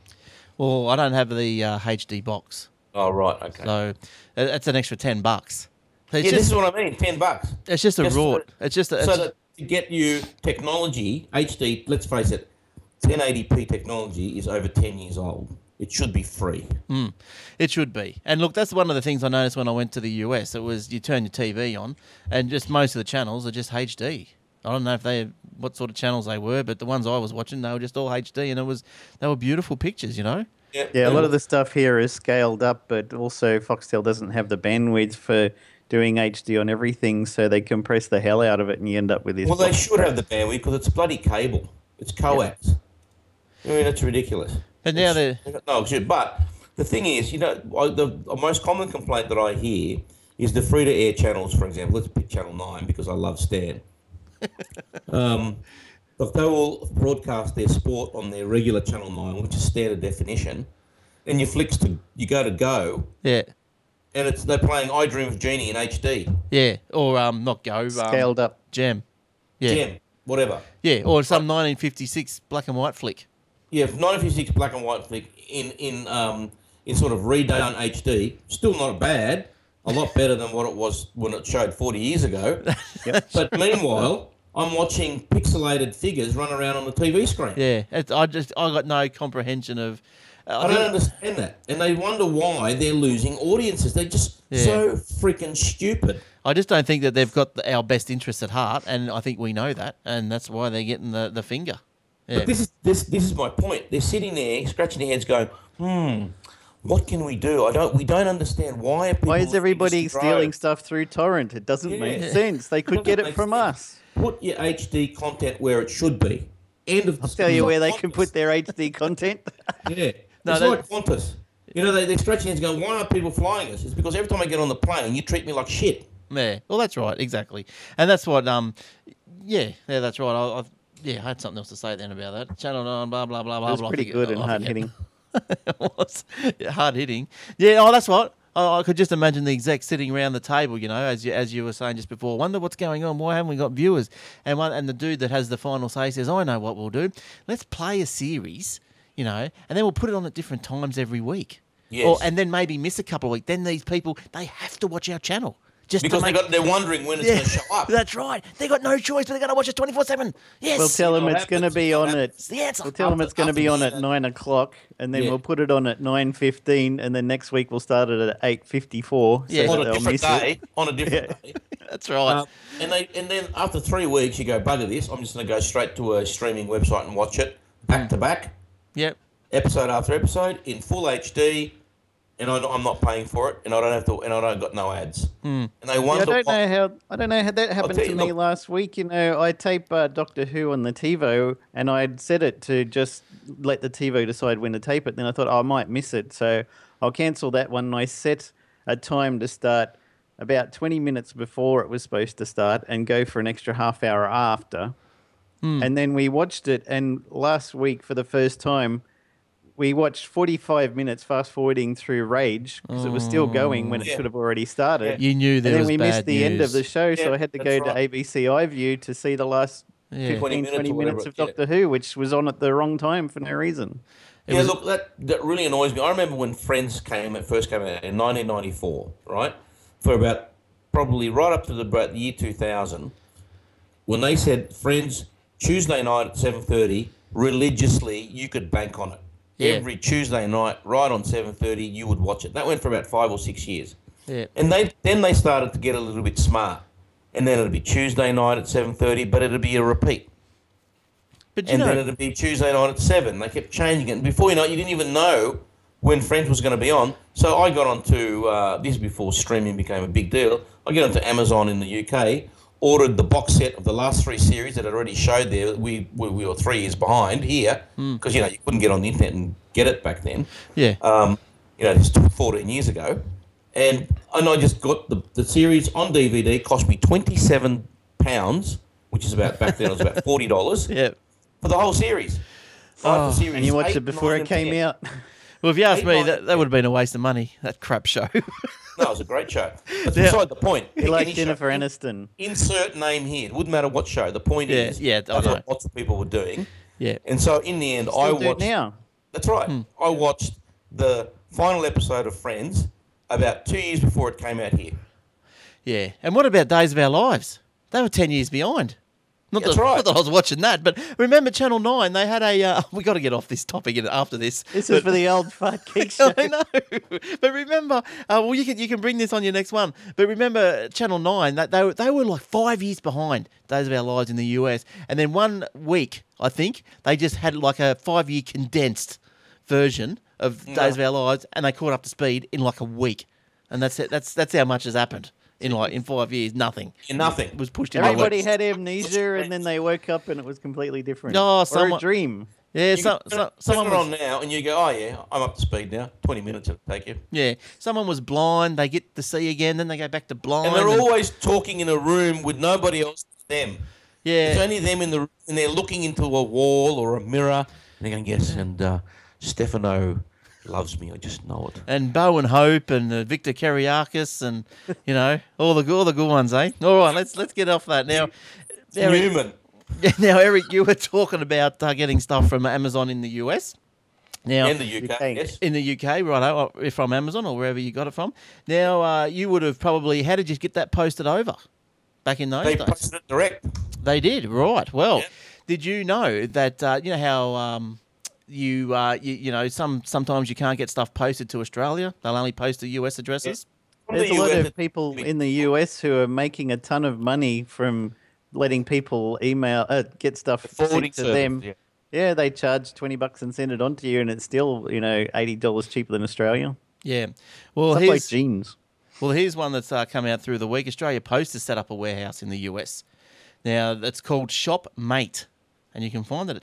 Speaker 1: Well, I don't have the uh, HD box,
Speaker 3: Oh right, okay.
Speaker 1: so it- it's an extra ten bucks. So It's
Speaker 3: yeah, this
Speaker 1: just
Speaker 3: is what I mean. Ten bucks.
Speaker 1: it's just a
Speaker 3: just
Speaker 1: raw.
Speaker 3: the-
Speaker 1: It's just a,
Speaker 3: so
Speaker 1: it's-
Speaker 3: that to get you technology, HD. Let's face it, 1080p technology is over ten years old. It should be free.
Speaker 1: It should be. And look, that's one of the things I noticed when I went to the US. It was you turn your TV on, and just most of the channels are just HD. I don't know if they what sort of channels they were, but the ones I was watching, they were just all HD, and it was they were beautiful pictures, you know.
Speaker 2: Yeah, a
Speaker 3: Um,
Speaker 2: lot of the stuff here is scaled up, but also Foxtel doesn't have the bandwidth for doing HD on everything, so they compress the hell out of it, and you end up with this.
Speaker 3: Well, they should have the bandwidth because it's bloody cable. It's coax. I mean, that's ridiculous.
Speaker 1: But now they're
Speaker 3: No, shit. But the thing is, you know, I, the, the most common complaint that I hear is the free to air channels, for example. Let's pick Channel 9 because I love Stan. um, but they will broadcast their sport on their regular Channel 9, which is standard definition. And you flicks to, you go to go,
Speaker 1: yeah
Speaker 3: and it's they're playing I Dream of Genie in HD.
Speaker 1: yeah or um not go um,
Speaker 2: scaled up.
Speaker 1: gem yeah
Speaker 3: Yeah. whatever.
Speaker 1: yeah or some 1956 black and white flick.
Speaker 3: Yeah, 1956 black and white flick in in um, in sort of redone HD. Still not bad. A lot better than what it was when it showed 40 years ago.
Speaker 2: Yep.
Speaker 3: But meanwhile, I'm watching pixelated figures run around on the TV screen.
Speaker 1: Yeah, it's, I just I got no comprehension of. uh,
Speaker 3: I don't understand that, and they wonder why they're losing audiences. They're just
Speaker 1: Yeah.
Speaker 3: so freaking stupid.
Speaker 1: I just don't think that they've got the, our best interests at heart, and I think we know that, and that's why they're getting the, the finger. Yeah.
Speaker 3: But this is this this is my point. They're sitting there scratching their heads, going, "Hmm, What can we do? I don't. We don't understand why. are People
Speaker 2: Why is
Speaker 3: letting
Speaker 2: everybody
Speaker 3: this
Speaker 2: stealing
Speaker 3: grow?
Speaker 2: stuff through torrent? It doesn't make
Speaker 3: Yeah.
Speaker 2: sense. They could get
Speaker 3: Doesn't
Speaker 2: it
Speaker 3: make
Speaker 2: from
Speaker 3: sense.
Speaker 2: us.
Speaker 3: Put your HD content where it should be. End of.
Speaker 2: I'll tell you where they can put their HD content.
Speaker 3: Yeah.
Speaker 1: No,
Speaker 3: it's
Speaker 1: that-
Speaker 3: like Qantas. You know, they, they're stretching hands going, why aren't people flying us? It's because every time I get on the plane, you treat me like shit.
Speaker 1: Yeah. Well, that's right. Exactly. And that's what. Um. Yeah. Yeah. That's right. I, I've. Yeah. I had something else to say then about that. Channel nine. Blah blah blah blah.
Speaker 2: It was
Speaker 1: blah. I
Speaker 2: pretty
Speaker 1: forget-
Speaker 2: good
Speaker 1: I-
Speaker 2: and
Speaker 1: I
Speaker 2: hard
Speaker 1: forget.
Speaker 2: hitting.
Speaker 1: it was hard hitting. Yeah. Oh, that's what. I I could just imagine the execs sitting around the table, you know, as you as you were saying just before. Wonder what's going on. Why haven't we got viewers? And one and the dude that has the final say says, "I know what we'll do. Let's play a series, you know, and then we'll put it on at different times every week. Or
Speaker 3: Yes.
Speaker 1: and then maybe miss a couple of weeks. Then these people they have to watch our channel just
Speaker 3: Because
Speaker 1: to
Speaker 3: they
Speaker 1: make
Speaker 3: got, they're wondering when it's
Speaker 1: yeah,
Speaker 3: going to show up.
Speaker 1: That's right. They got no choice, but they got to watch it 24 7. Yes.
Speaker 2: We'll tell them
Speaker 3: what
Speaker 2: it's going to
Speaker 3: happens,
Speaker 2: be on
Speaker 3: what
Speaker 2: at.
Speaker 3: happens.
Speaker 1: It's the answer.
Speaker 2: We'll tell them
Speaker 3: After-
Speaker 2: it's going to
Speaker 3: after
Speaker 2: be on
Speaker 3: this,
Speaker 2: at
Speaker 3: uh,
Speaker 2: nine o'clock, and then
Speaker 3: Yeah.
Speaker 2: we'll put it on at nine fifteen, and then next week we'll start it at eight fifty four.
Speaker 1: Yeah.
Speaker 3: on
Speaker 1: that
Speaker 3: a different day. On a different day.
Speaker 1: That's right.
Speaker 3: Um, and, they, and then after three weeks, you go, bugger this. I'm just going to go straight to a streaming website and watch it back to back,
Speaker 1: yep.
Speaker 3: episode after episode, in full HD. And I, am not paying for it, and I don't have to, and I don't got no ads.
Speaker 2: Hmm.
Speaker 3: And they
Speaker 2: Yeah, I
Speaker 3: wonder
Speaker 2: don't
Speaker 3: why-
Speaker 2: know how I don't know how that happened
Speaker 3: tell
Speaker 2: to
Speaker 3: you,
Speaker 2: me
Speaker 3: look-
Speaker 2: last week. You know, I tape uh, Doctor Who on the TiVo, and I'd set it to just let the TiVo decide when to tape it. Then I thought oh, I might miss it, so I'll cancel that one. And I set a time to start about twenty minutes before it was supposed to start, and go for an extra half hour after.
Speaker 3: Hmm.
Speaker 2: And then we watched it, and last week for the first time. We watched 45 minutes fast forwarding through Rage because it was still going when it
Speaker 3: Hmm. Yeah.
Speaker 2: should have already started.
Speaker 1: You knew there
Speaker 2: and then
Speaker 1: was
Speaker 2: we
Speaker 1: bad
Speaker 2: missed the end of the
Speaker 1: news.
Speaker 2: show, so
Speaker 3: Yeah,
Speaker 2: I had to go
Speaker 3: that's
Speaker 2: to
Speaker 3: right.
Speaker 2: ABC iView to see the last
Speaker 1: Yeah.
Speaker 2: 15, 20
Speaker 3: 20
Speaker 2: minutes,
Speaker 3: minutes or whatever,
Speaker 2: of
Speaker 3: yeah. Oh.
Speaker 2: Doctor Who, which was on at the wrong time for no reason.
Speaker 3: yeah, look, that, that really annoys me. I remember when Friends came it first came out in 1994, right? For about probably right up to the, about the year 2000, when they said Friends Tuesday night at 7:30, religiously you could bank on it.
Speaker 1: Yeah.
Speaker 3: Every Tuesday night, right on 7:30, you would watch it. That went for about five or six years.
Speaker 1: Yeah.
Speaker 3: And they then they started to get a little bit smart, and then it'd be Tuesday night at 7:30, but it'd be a repeat
Speaker 1: But you
Speaker 3: and then
Speaker 1: know,
Speaker 3: it'd be Tuesday night at seven. They kept changing it, and before you know it, you didn't even know when Friends was going to be on. So I got onto uh, this is before streaming became a big deal. I get onto Amazon in the UK, ordered the box set of the last three series that had already showed there. that We we, we were three years behind here
Speaker 1: Hmm.
Speaker 3: because you know you couldn't get on the internet and get it back then
Speaker 1: yeah.
Speaker 3: um, you know, this was 14 years ago. And, and I just got the, the series on DVD, cost me £27, which is about, back then it was about $40
Speaker 1: yeah.
Speaker 3: for the whole series. Five for series
Speaker 2: And you watched
Speaker 3: eight,
Speaker 2: it before
Speaker 3: nine,
Speaker 2: it
Speaker 3: and
Speaker 2: came
Speaker 3: 10.
Speaker 2: out.
Speaker 1: Well, if you asked
Speaker 3: Eight
Speaker 1: me,
Speaker 3: nine-
Speaker 1: that, that would have been a waste of money, that crap show.
Speaker 3: No, it was a great show. That's
Speaker 1: Yeah.
Speaker 3: beside the point.
Speaker 2: You
Speaker 3: Pick
Speaker 2: like
Speaker 3: any show.
Speaker 2: Jennifer Aniston.
Speaker 3: Insert name here. It wouldn't matter what show. The point
Speaker 1: Yeah,
Speaker 3: is,
Speaker 1: yeah, I
Speaker 3: that's
Speaker 1: know.
Speaker 3: what lots of people were doing.
Speaker 1: yeah.
Speaker 3: And so in the end, I
Speaker 2: Still do it
Speaker 3: watched.
Speaker 2: now. Hmm.
Speaker 3: That's right. I watched the final episode of Friends about two years before it came out here.
Speaker 1: Yeah. And what about Days of Our Lives? They were 10 years behind. Not
Speaker 3: That's
Speaker 1: that,
Speaker 3: right.
Speaker 1: not that I was watching that, but remember Channel 9, they had a. Uh, we got to get off this topic in- after this.
Speaker 2: This
Speaker 1: but-
Speaker 2: is for the old fart kick show.
Speaker 1: I know, but remember, uh, well, you can you can bring this on your next one. But remember, Channel Nine that they were- they were like five years behind Days of Our Lives in the US, and then one week I think they just had like a five year condensed version of Days of Our Lives, and they caught up to speed in like a week, and that's it. That's that's how much has happened in like in five years. Nothing
Speaker 3: In nothing.
Speaker 1: It was pushed in.
Speaker 2: Everybody
Speaker 1: weeks.
Speaker 2: had amnesia, and then they woke up and it was completely different.
Speaker 1: No,
Speaker 2: or
Speaker 1: someone-
Speaker 2: a dream.
Speaker 1: yeah.
Speaker 3: You
Speaker 1: So,
Speaker 3: can
Speaker 1: so,
Speaker 3: turn,
Speaker 1: someone
Speaker 3: turn
Speaker 1: was,
Speaker 3: it on now, and you go, "Oh yeah, I'm up to speed now. Twenty minutes it'll take you."
Speaker 1: yeah. Someone was blind. They get to see again. Then they go back to blind.
Speaker 3: And they're
Speaker 1: and-
Speaker 3: always talking in a room with nobody else. but Them. It's
Speaker 1: yeah.
Speaker 3: only them in the room, and they're looking into a wall or a mirror, and they're going, "Yes." And uh, Stefano loves me. I just know it.
Speaker 1: and Bo and Hope and uh, Victor Kariakis and you know all the all the good ones, eh? All right, let's let's get off that now. Eric,
Speaker 3: Newman.
Speaker 1: now, Eric, you were talking about uh, getting stuff from Amazon in the US. Now,
Speaker 3: In the UK,
Speaker 2: think.
Speaker 3: yes.
Speaker 1: in the UK, right? From Amazon or wherever you got it from. Now, uh, you would have probably how did you get that posted over back in those
Speaker 3: They
Speaker 1: days?
Speaker 3: posted it direct.
Speaker 1: They did, right? Well,
Speaker 3: Yeah.
Speaker 1: did you know that uh, you know how um, you, uh, you you know some sometimes you can't get stuff posted to Australia; they'll only post to US addresses.
Speaker 3: From
Speaker 2: There's
Speaker 3: the
Speaker 2: a lot
Speaker 3: US,
Speaker 2: of people
Speaker 3: big-
Speaker 2: in the US who are making a ton of money from letting people email uh, get stuff sent
Speaker 3: forwarding
Speaker 2: to them.
Speaker 3: service,
Speaker 2: Yeah, they charge twenty bucks and send it on to you, and it's still you know eighty dollars cheaper than Australia.
Speaker 1: Yeah. Well,
Speaker 2: Stuff
Speaker 1: here's,
Speaker 2: like jeans.
Speaker 1: Well, here's one that's uh, come out through the week. Australia Post has set up a warehouse in the US. Now, that's called ShopMate, and you can find it at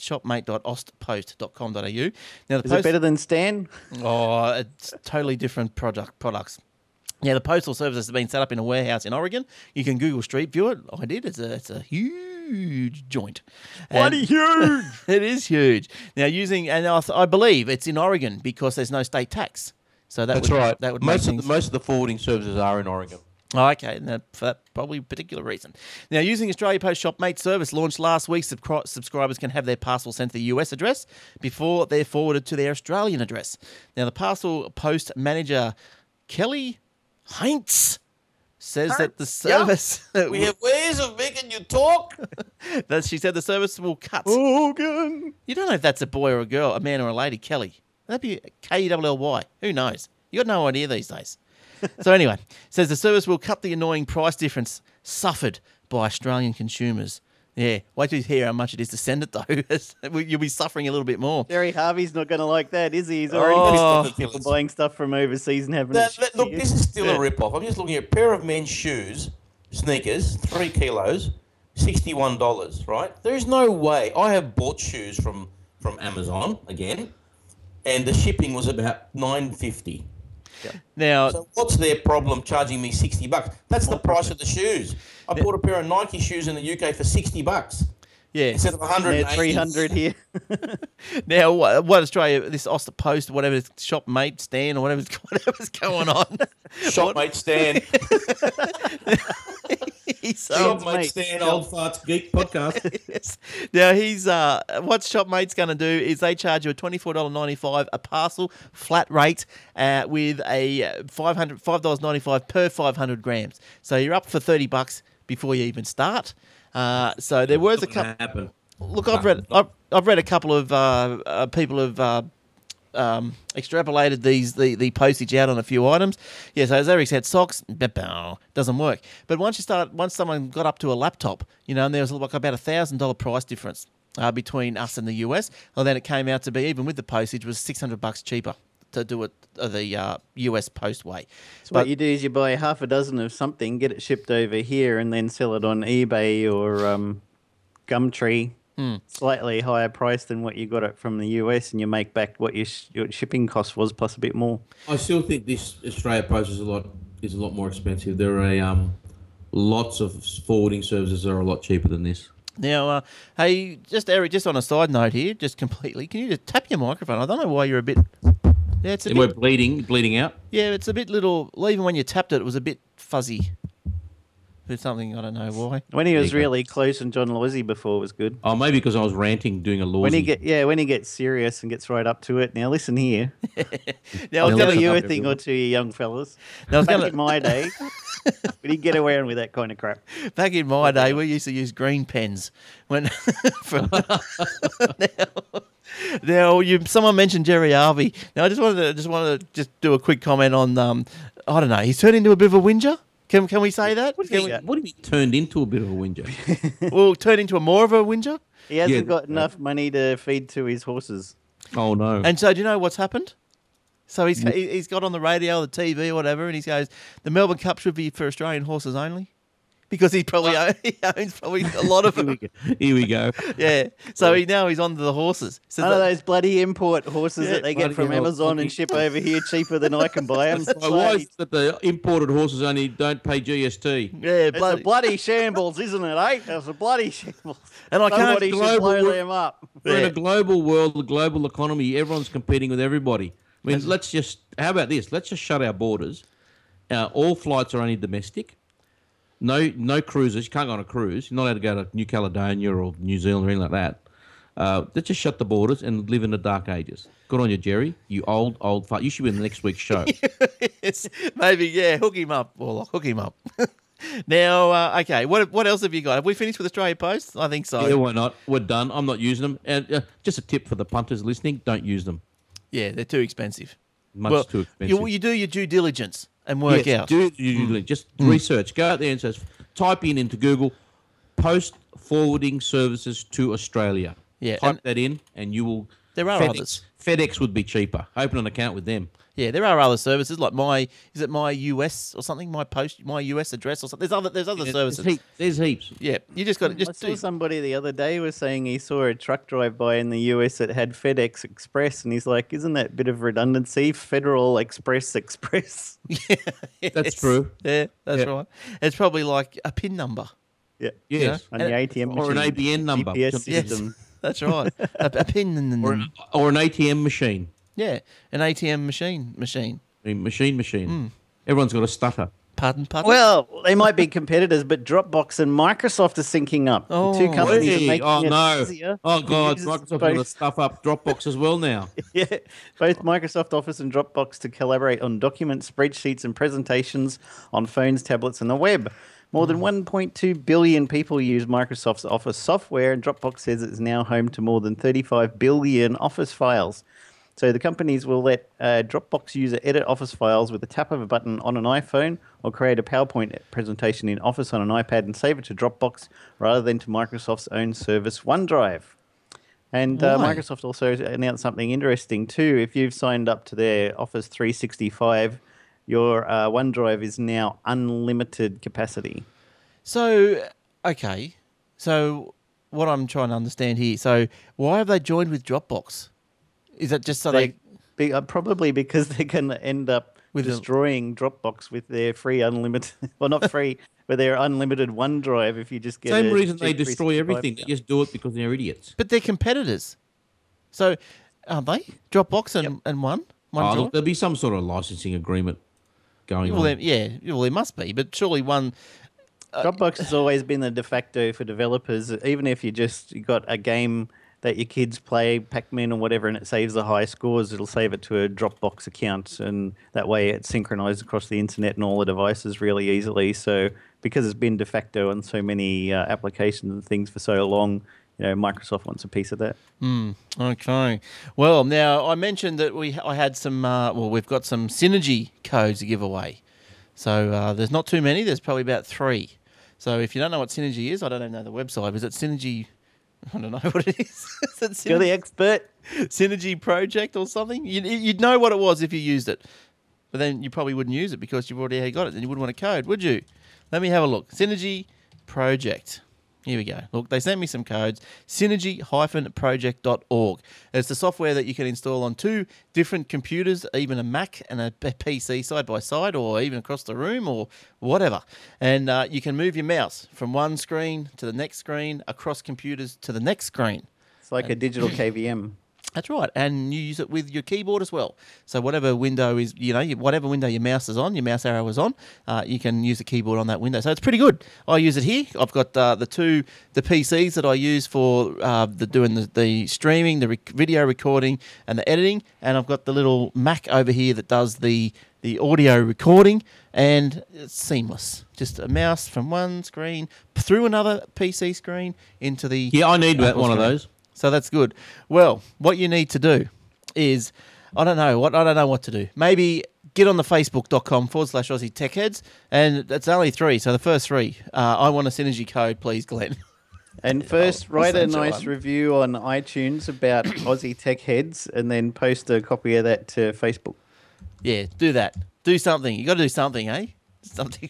Speaker 1: shopmate.ostpost.com.au. Now, the
Speaker 2: Is
Speaker 1: post,
Speaker 2: it better than Stan?
Speaker 1: Oh, it's totally different product products. Yeah, the postal service has been set up in a warehouse in Oregon. You can Google Street View it. I did. It's a, it's a huge joint. And-
Speaker 2: huge!
Speaker 1: it is huge. Now, using and I, th- I believe it's in Oregon because there's no state tax. So that
Speaker 6: That's
Speaker 1: would,
Speaker 6: right.
Speaker 1: That would make
Speaker 6: most of
Speaker 1: things-
Speaker 6: the, most of the forwarding services are in Oregon.
Speaker 1: Oh, okay, and that, for that probably particular reason. Now, using Australia Post ShopMate service launched last week, subcri- subscribers can have their parcel sent to the US address before they're forwarded to their Australian address. Now, the parcel post manager, Kelly Heinz, says that the service
Speaker 6: We have ways of making you talk.
Speaker 1: that she said the service will cut.
Speaker 2: Organ.
Speaker 1: You don't know if that's a boy or a girl, a man or a lady, Kelly. That'd be K W L Y. Who knows? You got no idea these days. so anyway, says the service will cut the annoying price difference suffered by Australian consumers. Yeah, wait till you hear how much it is to send it though. You'll be suffering a little bit more.
Speaker 2: Jerry Harvey's not going to like that, is he? He's already
Speaker 1: Oh.
Speaker 2: pissed off at people buying stuff from overseas and having
Speaker 6: That-
Speaker 2: it
Speaker 6: that-
Speaker 2: shipped
Speaker 6: look,
Speaker 2: here.
Speaker 6: this is still a rip-off. I'm just looking at a pair of men's shoes, sneakers, three kilos, sixty-one dollars. Right? There is no way. I have bought shoes from from Amazon again, and the shipping was about nine fifty.
Speaker 1: Now,
Speaker 6: So what's their problem charging me sixty bucks? That's the price of the shoes. I bought a pair of Nike shoes in the UK for sixty bucks
Speaker 1: yeah.
Speaker 6: instead of one hundred.
Speaker 2: They're 300 here.
Speaker 1: Now, what, what Australia, this Oster Post, whatever, it's shop mate, Stan, or whatever's, whatever's going on.
Speaker 6: Shopmate Stan.
Speaker 1: He's so
Speaker 6: Shopmate Stan.
Speaker 3: Old
Speaker 6: Old.
Speaker 3: farts geek podcast.
Speaker 1: Yes. Now he's uh, what Shopmate's going to do is they charge you a twenty four dollar ninety five a parcel flat rate uh, with a uh, 500 five dollars ninety five per five hundred grams. So you're up for thirty bucks before you even start. Uh, so there was a
Speaker 3: What's gonna
Speaker 1: couple.
Speaker 3: happen?
Speaker 1: Look, I've read I've, I've read a couple of uh, uh, people have. Uh, um, extrapolated these the, the postage out on a few items. Yeah, so as Eric said, socks ba-pow, doesn't work. But once you start, once someone got up to a laptop, you know, and there was like about a thousand dollar price difference uh, between us and the US. Well, then it came out to be even with the postage was six hundred bucks cheaper to do it uh, the uh, US post way.
Speaker 2: So what you do is you buy half a dozen of something, get it shipped over here, and then sell it on eBay or um, Gumtree,
Speaker 6: Hmm.
Speaker 2: slightly higher price than what you got it from the US, and you make back what your, sh- your shipping cost was plus a bit more.
Speaker 3: I still think this Australia Post is a lot is a lot more expensive. There are um, lots of forwarding services that are a lot cheaper than this.
Speaker 1: Now, uh, hey, just Eric, just on a side note here, just completely, can you just tap your microphone? I don't know why you're a bit. Yeah, it's a bit,
Speaker 3: We're bleeding, bleeding out.
Speaker 1: yeah, it's a bit little. well, Even when you tapped it, it was a bit fuzzy. It's something I don't know why.
Speaker 2: When he was
Speaker 3: you go.
Speaker 2: really close and John Loisy before was good.
Speaker 3: Oh, maybe because I was ranting, doing a law.
Speaker 2: When he get yeah, when he gets serious and gets right up to it. Now listen here,
Speaker 1: Now, I was
Speaker 2: I'll
Speaker 3: Yeah,
Speaker 2: tell
Speaker 1: gonna,
Speaker 3: listen
Speaker 2: you a
Speaker 3: up,
Speaker 2: thing or two, you young fellas.
Speaker 1: now, I was
Speaker 2: Back
Speaker 1: gonna-
Speaker 2: in my day, we didn't get around with that kind of crap.
Speaker 1: back in my day, we used to use green pens. When for- now, now you someone mentioned Jerry Harvey. Now I just wanted to just wanted to just do a quick comment on um I don't know. He's turned into a bit of a whinger. Can can we say that? Can we-
Speaker 2: Yeah.
Speaker 3: What have you turned into a bit of a whinger?
Speaker 1: Well, turn into a more of a whinger.
Speaker 2: He hasn't
Speaker 3: Yeah,
Speaker 2: got
Speaker 3: uh,
Speaker 2: enough money to feed to his horses.
Speaker 3: oh no!
Speaker 1: And so, do you know what's happened? So he's
Speaker 3: Mm.
Speaker 1: he- he's got on the radio, or the TV, or whatever, and he goes, "The Melbourne Cup should be for Australian horses only," because he probably own, he owns probably a lot of them.
Speaker 3: Here we go.
Speaker 1: yeah. So he now he's on to the horses. So
Speaker 2: None of
Speaker 1: the-
Speaker 2: those bloody import horses that they get
Speaker 3: bloody
Speaker 2: from
Speaker 3: hell,
Speaker 2: Amazon and
Speaker 3: bloody-
Speaker 2: ship over here cheaper than I can buy them.
Speaker 3: So why is it that the imported horses only don't pay GST?
Speaker 1: yeah,
Speaker 2: It's
Speaker 1: bloody-
Speaker 2: a bloody shambles, isn't it, eh? It's a bloody shambles.
Speaker 1: And I can't
Speaker 2: Somebody should
Speaker 3: global
Speaker 2: blow
Speaker 3: wo-
Speaker 2: them up.
Speaker 3: We're in
Speaker 1: Yeah.
Speaker 3: a global world, a global economy. Everyone's competing with everybody. I mean, let's just how about this? Let's just shut our borders. Uh, all flights are only domestic. No, no cruises. You can't go on a cruise. You're not allowed to go to New Caledonia or New Zealand or anything like that. Uh, let's just shut the borders and live in the dark ages. Good on you, Jerry. You old, old fart. You should be in the next week's show.
Speaker 1: Yes, maybe yeah. Hook him up, Warlock. Hook him up. now, uh, okay. What what else have you got? Have we finished with Australia Post? I think so.
Speaker 3: yeah,
Speaker 1: Yeah,
Speaker 3: why not? We're done. I'm not using them. And uh, just a tip for the punters listening: don't use them.
Speaker 1: they're too expensive.
Speaker 3: Much
Speaker 1: well,
Speaker 3: too expensive.
Speaker 1: You, you do your due diligence and work
Speaker 3: Yes,
Speaker 1: out.
Speaker 3: Do
Speaker 1: Mm.
Speaker 3: usually just research. Go out there and says type in into Google post forwarding services to Australia.
Speaker 1: Yeah,
Speaker 6: Type
Speaker 1: and-
Speaker 6: that in, and you will.
Speaker 1: There are
Speaker 6: FedEx,
Speaker 1: others.
Speaker 6: FedEx would be cheaper. Open an account with them.
Speaker 1: Yeah, there are other services like my is it my US or something? My post my US address or something. There's other there's other services.
Speaker 6: There's, heap, there's heaps.
Speaker 1: yeah, you just got to
Speaker 2: Mm, I
Speaker 1: just
Speaker 2: saw
Speaker 1: do.
Speaker 2: somebody the other day was saying he saw a truck drive by in the US that had FedEx Express, and he's like, "Isn't that a bit of redundancy? Federal Express Express."
Speaker 1: Yes.
Speaker 6: true.
Speaker 1: Yeah, that's
Speaker 6: Yeah.
Speaker 1: right. It's probably like a pin number.
Speaker 2: yeah,
Speaker 6: Yes.
Speaker 2: on the
Speaker 1: And-
Speaker 2: ATM
Speaker 6: Or an
Speaker 2: machine.
Speaker 6: ABN number.
Speaker 2: GPS
Speaker 1: Yes,
Speaker 2: system.
Speaker 1: that's right. a, a pin.
Speaker 6: Or, an, or an ATM machine.
Speaker 1: yeah, an ATM machine machine.
Speaker 6: I mean, Machine, machine.
Speaker 1: Mm.
Speaker 6: Everyone's got a stutter.
Speaker 1: Pardon, pardon.
Speaker 2: Well, they might be competitors, but Dropbox and Microsoft are syncing up. The two
Speaker 1: Oh.
Speaker 2: companies
Speaker 6: Hey,
Speaker 2: are making
Speaker 6: oh
Speaker 2: it
Speaker 6: no!
Speaker 2: easier.
Speaker 6: Oh
Speaker 2: for
Speaker 6: god,
Speaker 2: users
Speaker 6: Microsoft
Speaker 2: to
Speaker 6: going to
Speaker 2: both-
Speaker 6: stuff up Dropbox as well now.
Speaker 2: Yeah, both Microsoft Office and Dropbox to collaborate on documents, spreadsheets, and presentations on phones, tablets, and the web. More than 1.2 billion people use Microsoft's Office software, and Dropbox says it's now home to more than 35 billion Office files. So the companies will let a Dropbox user edit Office files with a tap of a button on an iPhone or create a PowerPoint presentation in Office on an iPad and save it to Dropbox rather than to Microsoft's own service OneDrive. And uh,
Speaker 1: Why?
Speaker 2: Microsoft also announced something interesting too. If you've signed up to their Office 365, your uh, OneDrive is now unlimited capacity.
Speaker 1: So, okay. So, what I'm trying to understand here. So, why have they joined with Dropbox? Is that just so
Speaker 2: They
Speaker 1: they?
Speaker 2: be, uh, probably because they're going to end up
Speaker 1: With the-
Speaker 2: destroying Dropbox with their free unlimited, well, not free, but their unlimited OneDrive. If you just get
Speaker 6: Same
Speaker 2: a
Speaker 6: reason they
Speaker 2: cheap
Speaker 6: destroy
Speaker 2: 365
Speaker 6: everything. They just do it because they're idiots.
Speaker 1: But they're competitors. So, aren't they Dropbox and, and one? one
Speaker 6: Oh,
Speaker 1: Dropbox?
Speaker 6: look, there'll be some sort of licensing agreement going
Speaker 1: Well,
Speaker 6: on.
Speaker 1: there, yeah, well, there must be, but surely one.
Speaker 2: Dropbox has always been the de facto for developers, even if you just got a game that your kids play, Pac-Man or whatever, and it saves the high scores, it'll save it to a Dropbox account, and that way it's synchronized across the internet and all the devices really easily. So because it's been de facto on so many uh, applications and things for so long, you know, Microsoft wants a piece of that.
Speaker 1: Okay. Well, now I mentioned that we I had some. Uh, well, we've got some synergy codes to give away. So uh, there's not too many. There's probably about three. So if you don't know what synergy is, I don't even know the website. Is it synergy? I don't know what it is. is it
Speaker 2: You're
Speaker 1: synergy?
Speaker 2: the expert.
Speaker 1: synergy project or something. You'd, you'd know what it was if you used it, but then you probably wouldn't use it because you've already got it and you wouldn't want a code, would you? Let me have a look. Synergy project. Here we go. Look, they sent me some codes. Synergy-project.org. It's the software that you can install on two different computers, even a Mac and a p- PC side by side, or even across the room, or whatever. And uh, you can move your mouse from one screen to the next screen, across computers to the next screen.
Speaker 2: It's like a digital KVM.
Speaker 1: That's right, and you use it with your keyboard as well. So whatever window is, you know, whatever window your mouse is on, your mouse arrow is on, uh, you can use the keyboard on that window. So it's pretty good. I use it here. I've got uh, the two the PCs that I use for uh, the doing the, the streaming, the rec- video recording, and the editing, and I've got the little Mac over here that does the the audio recording, and it's seamless. Just a mouse from one screen through another PC screen into the
Speaker 6: yeah, I need that
Speaker 1: Apple
Speaker 6: one of
Speaker 1: screen.
Speaker 6: those.
Speaker 1: So that's good. Well, what you need to do is, I don't know what I don't know what to do. Maybe get on the facebook.com forward slash Aussie Tech Heads, and it's only three. So the first three, uh, I want a synergy code, please, Glenn.
Speaker 2: And first, write a
Speaker 1: send you
Speaker 2: nice
Speaker 1: one.
Speaker 2: review on iTunes about Aussie tech heads, and then post a copy of that to Facebook.
Speaker 1: yeah, do that. Do something. You got to do something, eh? Something.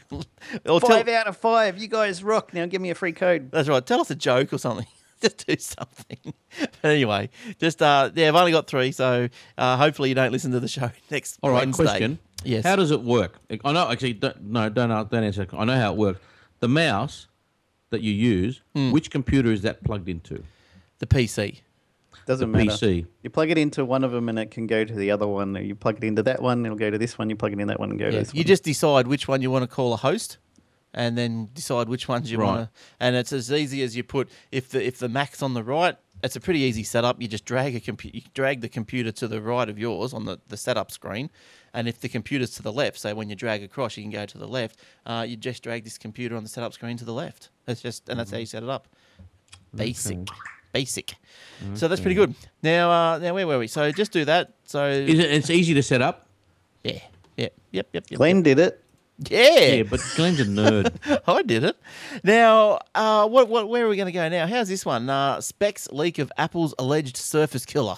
Speaker 1: or
Speaker 2: Five
Speaker 1: tell,
Speaker 2: out of five. You guys rock. Now give me a free code.
Speaker 1: that's right. Tell us a joke or something. Just do something. But anyway, just uh, yeah, I've only got three, so uh, hopefully you don't listen to the show next.
Speaker 6: All right,
Speaker 1: Wednesday.
Speaker 6: question.
Speaker 1: Yes.
Speaker 6: How does it work? I know actually. Don't, no, don't a- don't answer. I know how it works. The mouse that you use, which computer is that plugged into?
Speaker 1: the PC?
Speaker 2: Doesn't
Speaker 6: The
Speaker 2: matter.
Speaker 6: PC.
Speaker 2: You plug it into one of them and it can go to the other one. You plug it into that one, it'll go to this one. You plug it in that one and go to
Speaker 1: Yeah,
Speaker 2: this
Speaker 1: you
Speaker 2: one.
Speaker 1: just decide which one you want to call a host, and then decide which ones you
Speaker 6: Right.
Speaker 1: want to. And it's as easy as you put if the if the Mac's on the right, it's a pretty easy setup. You just drag a compu- you drag the computer to the right of yours on the, the setup screen, and if the computer's to the left, so when you drag across, you can go to the left. Uh, you just drag this computer on the setup screen to the left. That's just and that's how you set it up. Basic. Basic, so that's pretty good. Now, uh, now where were we? So just do that. So
Speaker 6: Is it? It's easy to set up.
Speaker 1: yeah, yeah, yep, yep, yep.
Speaker 2: Glenn did it.
Speaker 1: Yeah,
Speaker 7: Yeah, but Glenn's a nerd.
Speaker 1: I did it. Now, uh, what, what, where are we going to go now? How's this one? Uh, specs leak of Apple's alleged Surface killer.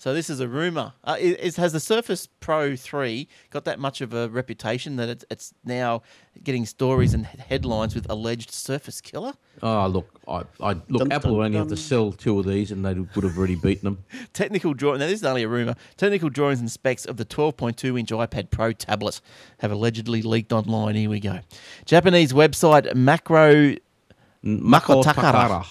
Speaker 1: So this is a rumor. Uh, i- is, has the Surface Pro 3 got that much of a reputation that it's, it's now getting stories and he- headlines with alleged Surface killer?
Speaker 7: oh, look, I, I look.
Speaker 2: Dun,
Speaker 7: Apple
Speaker 2: dun,
Speaker 7: would only have to
Speaker 2: dun.
Speaker 7: sell two of these, and they would have already beaten them.
Speaker 1: Technical draw. Now this is only a rumor. Technical drawings and specs of the 12.2-inch iPad Pro tablet have allegedly leaked online. Here we go. Japanese website Macro,
Speaker 7: Mako
Speaker 1: Takara.
Speaker 7: Takara.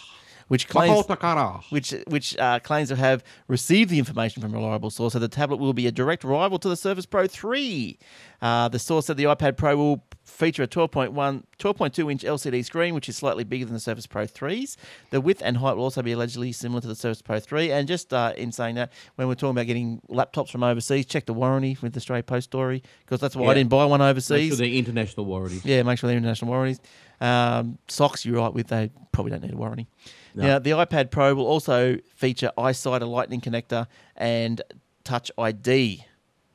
Speaker 1: which claims
Speaker 7: Mako Takara.
Speaker 1: which which uh, claims to have received the information from a reliable source. So the tablet will be a direct rival to the Surface Pro 3. Uh, the source said the iPad Pro will feature a 12.1, 12.2 inch LCD screen, which is slightly bigger than the Surface Pro 3's. The width and height will also be allegedly similar to the Surface Pro 3. And just uh, in saying that, when we're talking about getting laptops from overseas, check the warranty with the Stray Post story because that's why I
Speaker 3: Yeah.
Speaker 1: didn't buy one
Speaker 7: Make
Speaker 1: overseas.
Speaker 7: sure they're international warranties.
Speaker 1: Yeah, make sure they're international warranties. Um, socks, you're right with, they probably don't need a warranty. Now, the iPad Pro will also feature EyeSight, a lightning connector, and Touch ID.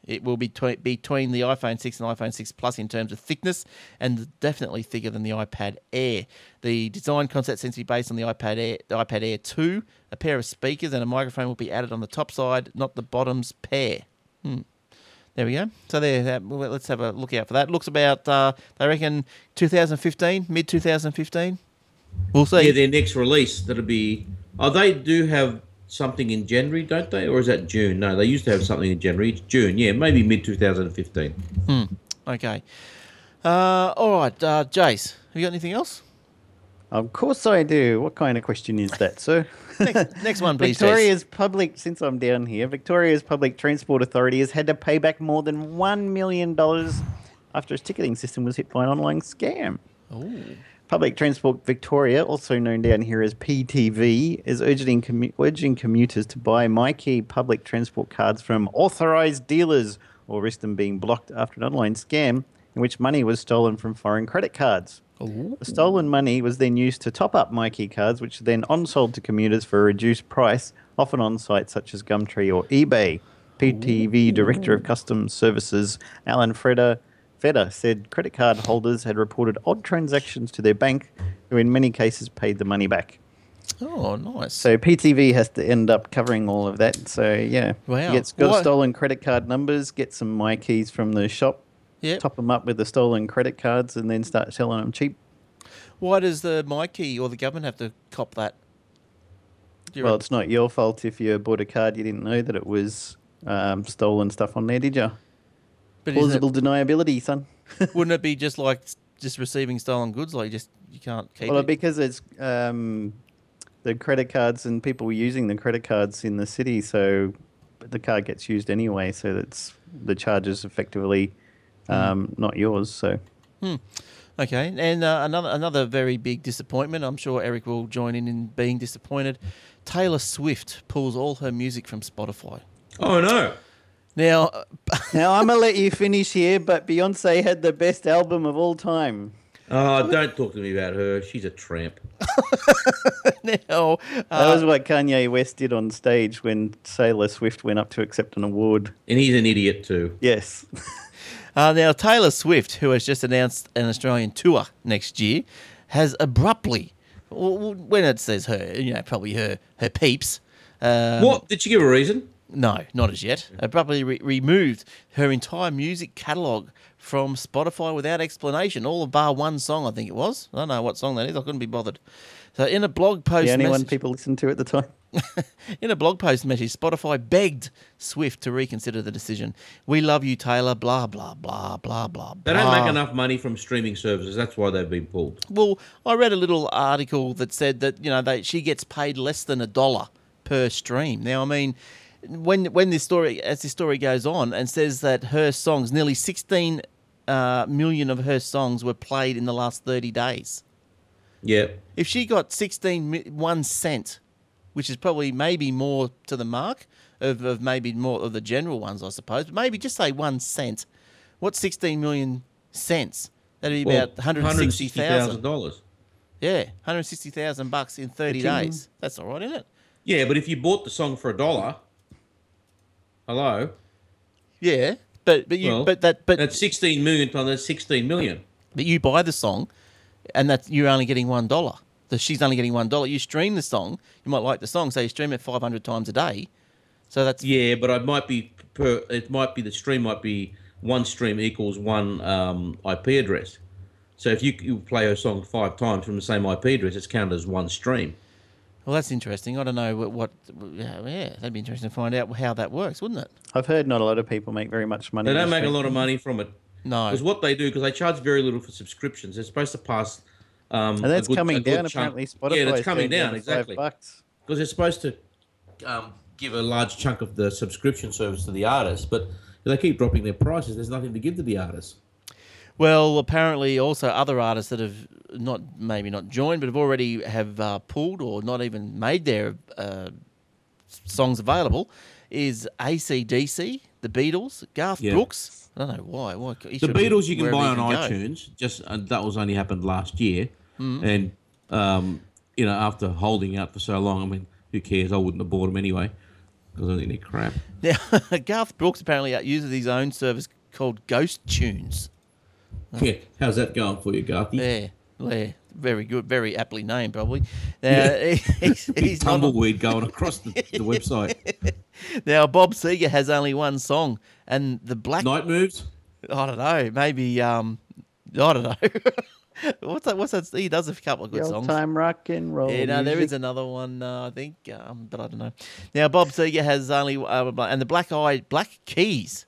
Speaker 1: It will be twe- between the iPhone 6 and iPhone 6 Plus in terms of thickness and definitely thicker than the iPad Air. The design concept seems to be based on the iPad Air, the iPad Air 2. A pair of speakers and a microphone will be added on the top side, not the bottom's pair. Hmm. There we go. So there, that, well, let's have a look out for that. Looks about, uh, they reckon, 2015, mid 2015. We'll see.
Speaker 3: Yeah, their next release that'll be. Oh, they do have something in January, don't they? Or is that June? No, they used to have something in January. It's June, yeah, maybe mid 2015.
Speaker 1: okay. Uh, all right, uh, Jace, have you got anything else?
Speaker 2: Of course I do. What kind of question is that, sir?
Speaker 1: Next, next one, please. Jace.
Speaker 2: Victoria's public, since I'm down here, Victoria's Public Transport Authority has had to pay back more than $1 million after its ticketing system was hit by an online scam. Public Transport Victoria, also known down here as PTV, is urging, commu- urging commuters to buy MyKey public transport cards from authorised dealers or risk them being blocked after an online scam in which money was stolen from foreign credit cards. The stolen money was then used to top up MyKey cards, which are then on-sold to commuters for a reduced price, often on sites such as Gumtree or eBay. PTV Director of Customs Services Alan Freda Feder said credit card holders had reported odd transactions to their bank, who in many cases paid the money back.
Speaker 1: Oh, nice.
Speaker 2: So PTV has to end up covering all of that. So yeah,
Speaker 1: Wow.
Speaker 2: gets got
Speaker 1: Why-
Speaker 2: stolen credit card numbers, get some my keys from the shop,
Speaker 1: Yep.
Speaker 2: top them up with the stolen credit cards, and then start selling them cheap.
Speaker 1: Why does the Mikey or the government have to cop that? Do you
Speaker 2: Well,
Speaker 1: reckon-
Speaker 2: it's not your fault if you bought a card you didn't know that it was um, stolen stuff on there, did you?
Speaker 1: but isn't it-
Speaker 2: Plausible deniability, son.
Speaker 1: wouldn't it be just like s- just receiving stolen goods? Like you just you can't keep
Speaker 2: Well,
Speaker 1: it.
Speaker 2: because it's um, the credit cards and people using the credit cards in the city, so but the card gets used anyway, so that's the charge is effectively um, not yours. So
Speaker 1: Okay, and uh, another another very big disappointment. I'm sure Eric will join in in being disappointed. Taylor Swift pulls all her music from Spotify.
Speaker 3: Oh, no.
Speaker 1: Now, uh,
Speaker 2: now I'm gonna let you finish here, but Beyonce had the best album of all time.
Speaker 3: Oh, don't talk to me about her. She's a tramp.
Speaker 1: now,
Speaker 2: That
Speaker 1: uh,
Speaker 2: was what Kanye West did on stage when Taylor Swift went up to accept an award.
Speaker 3: And he's an idiot, too.
Speaker 2: Yes.
Speaker 1: uh, now Taylor Swift, who has just announced an Australian tour next year, has abruptly, w- w- when it says her, you know, probably her her peeps. Um,
Speaker 3: what? Did she give a reason?
Speaker 1: No, not as yet. Abruptly re- removed her entire music catalogue from Spotify without explanation, all bar one song, I think it was. I don't know what song that is. I couldn't be bothered. So in a blog post,
Speaker 2: the only one
Speaker 1: message-
Speaker 2: people listened to at the time.
Speaker 1: in a blog post message, Spotify begged Swift to reconsider the decision. We love you, Taylor. Blah blah blah blah blah.
Speaker 3: They don't
Speaker 1: blah.
Speaker 3: make enough money from streaming services. That's why they've been pulled.
Speaker 1: Well, I read a little article that said that you know they, she gets paid less than a dollar per stream. Now, I mean, when when this story as this story goes on and says that her songs, nearly sixteen uh, million of her songs were played in the last thirty days.
Speaker 3: Yeah.
Speaker 1: If she got 16 mi- one cent, which is probably maybe more to the mark of, of maybe more of the general ones, I suppose, but maybe just say one cent. What's 16 million cents? That'd be
Speaker 3: Well,
Speaker 1: about 160,000.
Speaker 3: $160,000.
Speaker 1: Yeah, 160,000 bucks in 30 days. That's all right, isn't it?
Speaker 3: Yeah, but if you bought the song for a dollar, hello,
Speaker 1: Yeah. But but you
Speaker 3: Well,
Speaker 1: but that but
Speaker 3: That's 16 million times that's 16 million.
Speaker 1: that you buy the song, and that you're only getting one dollar. That she's only getting one dollar. You stream the song. You might like the song, so you stream it 500 times a day. So that's
Speaker 3: Yeah, but I might be per. It might be the stream might be one stream equals one um, IP address. So if you, you play a song five times from the same IP address, it's counted as one stream.
Speaker 1: well, that's interesting. I don't know what, what yeah, yeah, that'd be interesting to find out how that works, wouldn't it?
Speaker 2: I've heard not a lot of people make very much money.
Speaker 3: They don't
Speaker 2: this
Speaker 3: make a
Speaker 2: way.
Speaker 3: lot of money from it.
Speaker 1: No.
Speaker 3: Because what they do, because they charge very little for subscriptions. They're supposed to pass. Um,
Speaker 2: And that's
Speaker 3: a good- a
Speaker 2: coming
Speaker 3: good
Speaker 2: down.
Speaker 3: chunk-
Speaker 2: Apparently, Spotify.
Speaker 3: Yeah, it's coming down exactly.
Speaker 2: Five bucks.
Speaker 3: because they're supposed to um, give a large chunk of the subscription service to the artists, but if they keep dropping their prices. There's nothing to give to the artists.
Speaker 1: Well, apparently, also other artists that have not maybe not joined, but have already have uh, pulled or not even made their uh, songs available is ACDC, the Beatles, Garth
Speaker 3: Yeah.
Speaker 1: Brooks. I don't know why. why he
Speaker 3: The
Speaker 1: should be
Speaker 3: Beatles you can
Speaker 1: wherever
Speaker 3: buy
Speaker 1: he
Speaker 3: on
Speaker 1: go. Hmm.
Speaker 3: iTunes. Just uh, that was only happened last year, and um, you know after holding out for so long, I mean, who cares? I wouldn't have bought them anyway because I think they're crap.
Speaker 1: Now, Garth Brooks apparently uses his own service called Ghost Tunes.
Speaker 3: Yeah, how's that going for you, Garthy?
Speaker 1: Yeah, yeah, very good, very aptly named, probably. Now,
Speaker 3: Yeah.
Speaker 1: he's,
Speaker 3: Big
Speaker 1: he's not on-
Speaker 3: tumbleweed going across the, the website.
Speaker 1: now Bob Seger has only one song, and the Black
Speaker 3: Night moves.
Speaker 1: I don't know. Maybe um, I don't know. what's that? What's that? He does a couple of good
Speaker 2: The old
Speaker 1: songs.
Speaker 2: time rock and roll.
Speaker 1: Yeah, no, there
Speaker 2: music.
Speaker 1: is another one. Uh, I think, um, but I don't know. Now Bob Seger has only uh, blah, and the Black Eyed Black Keys.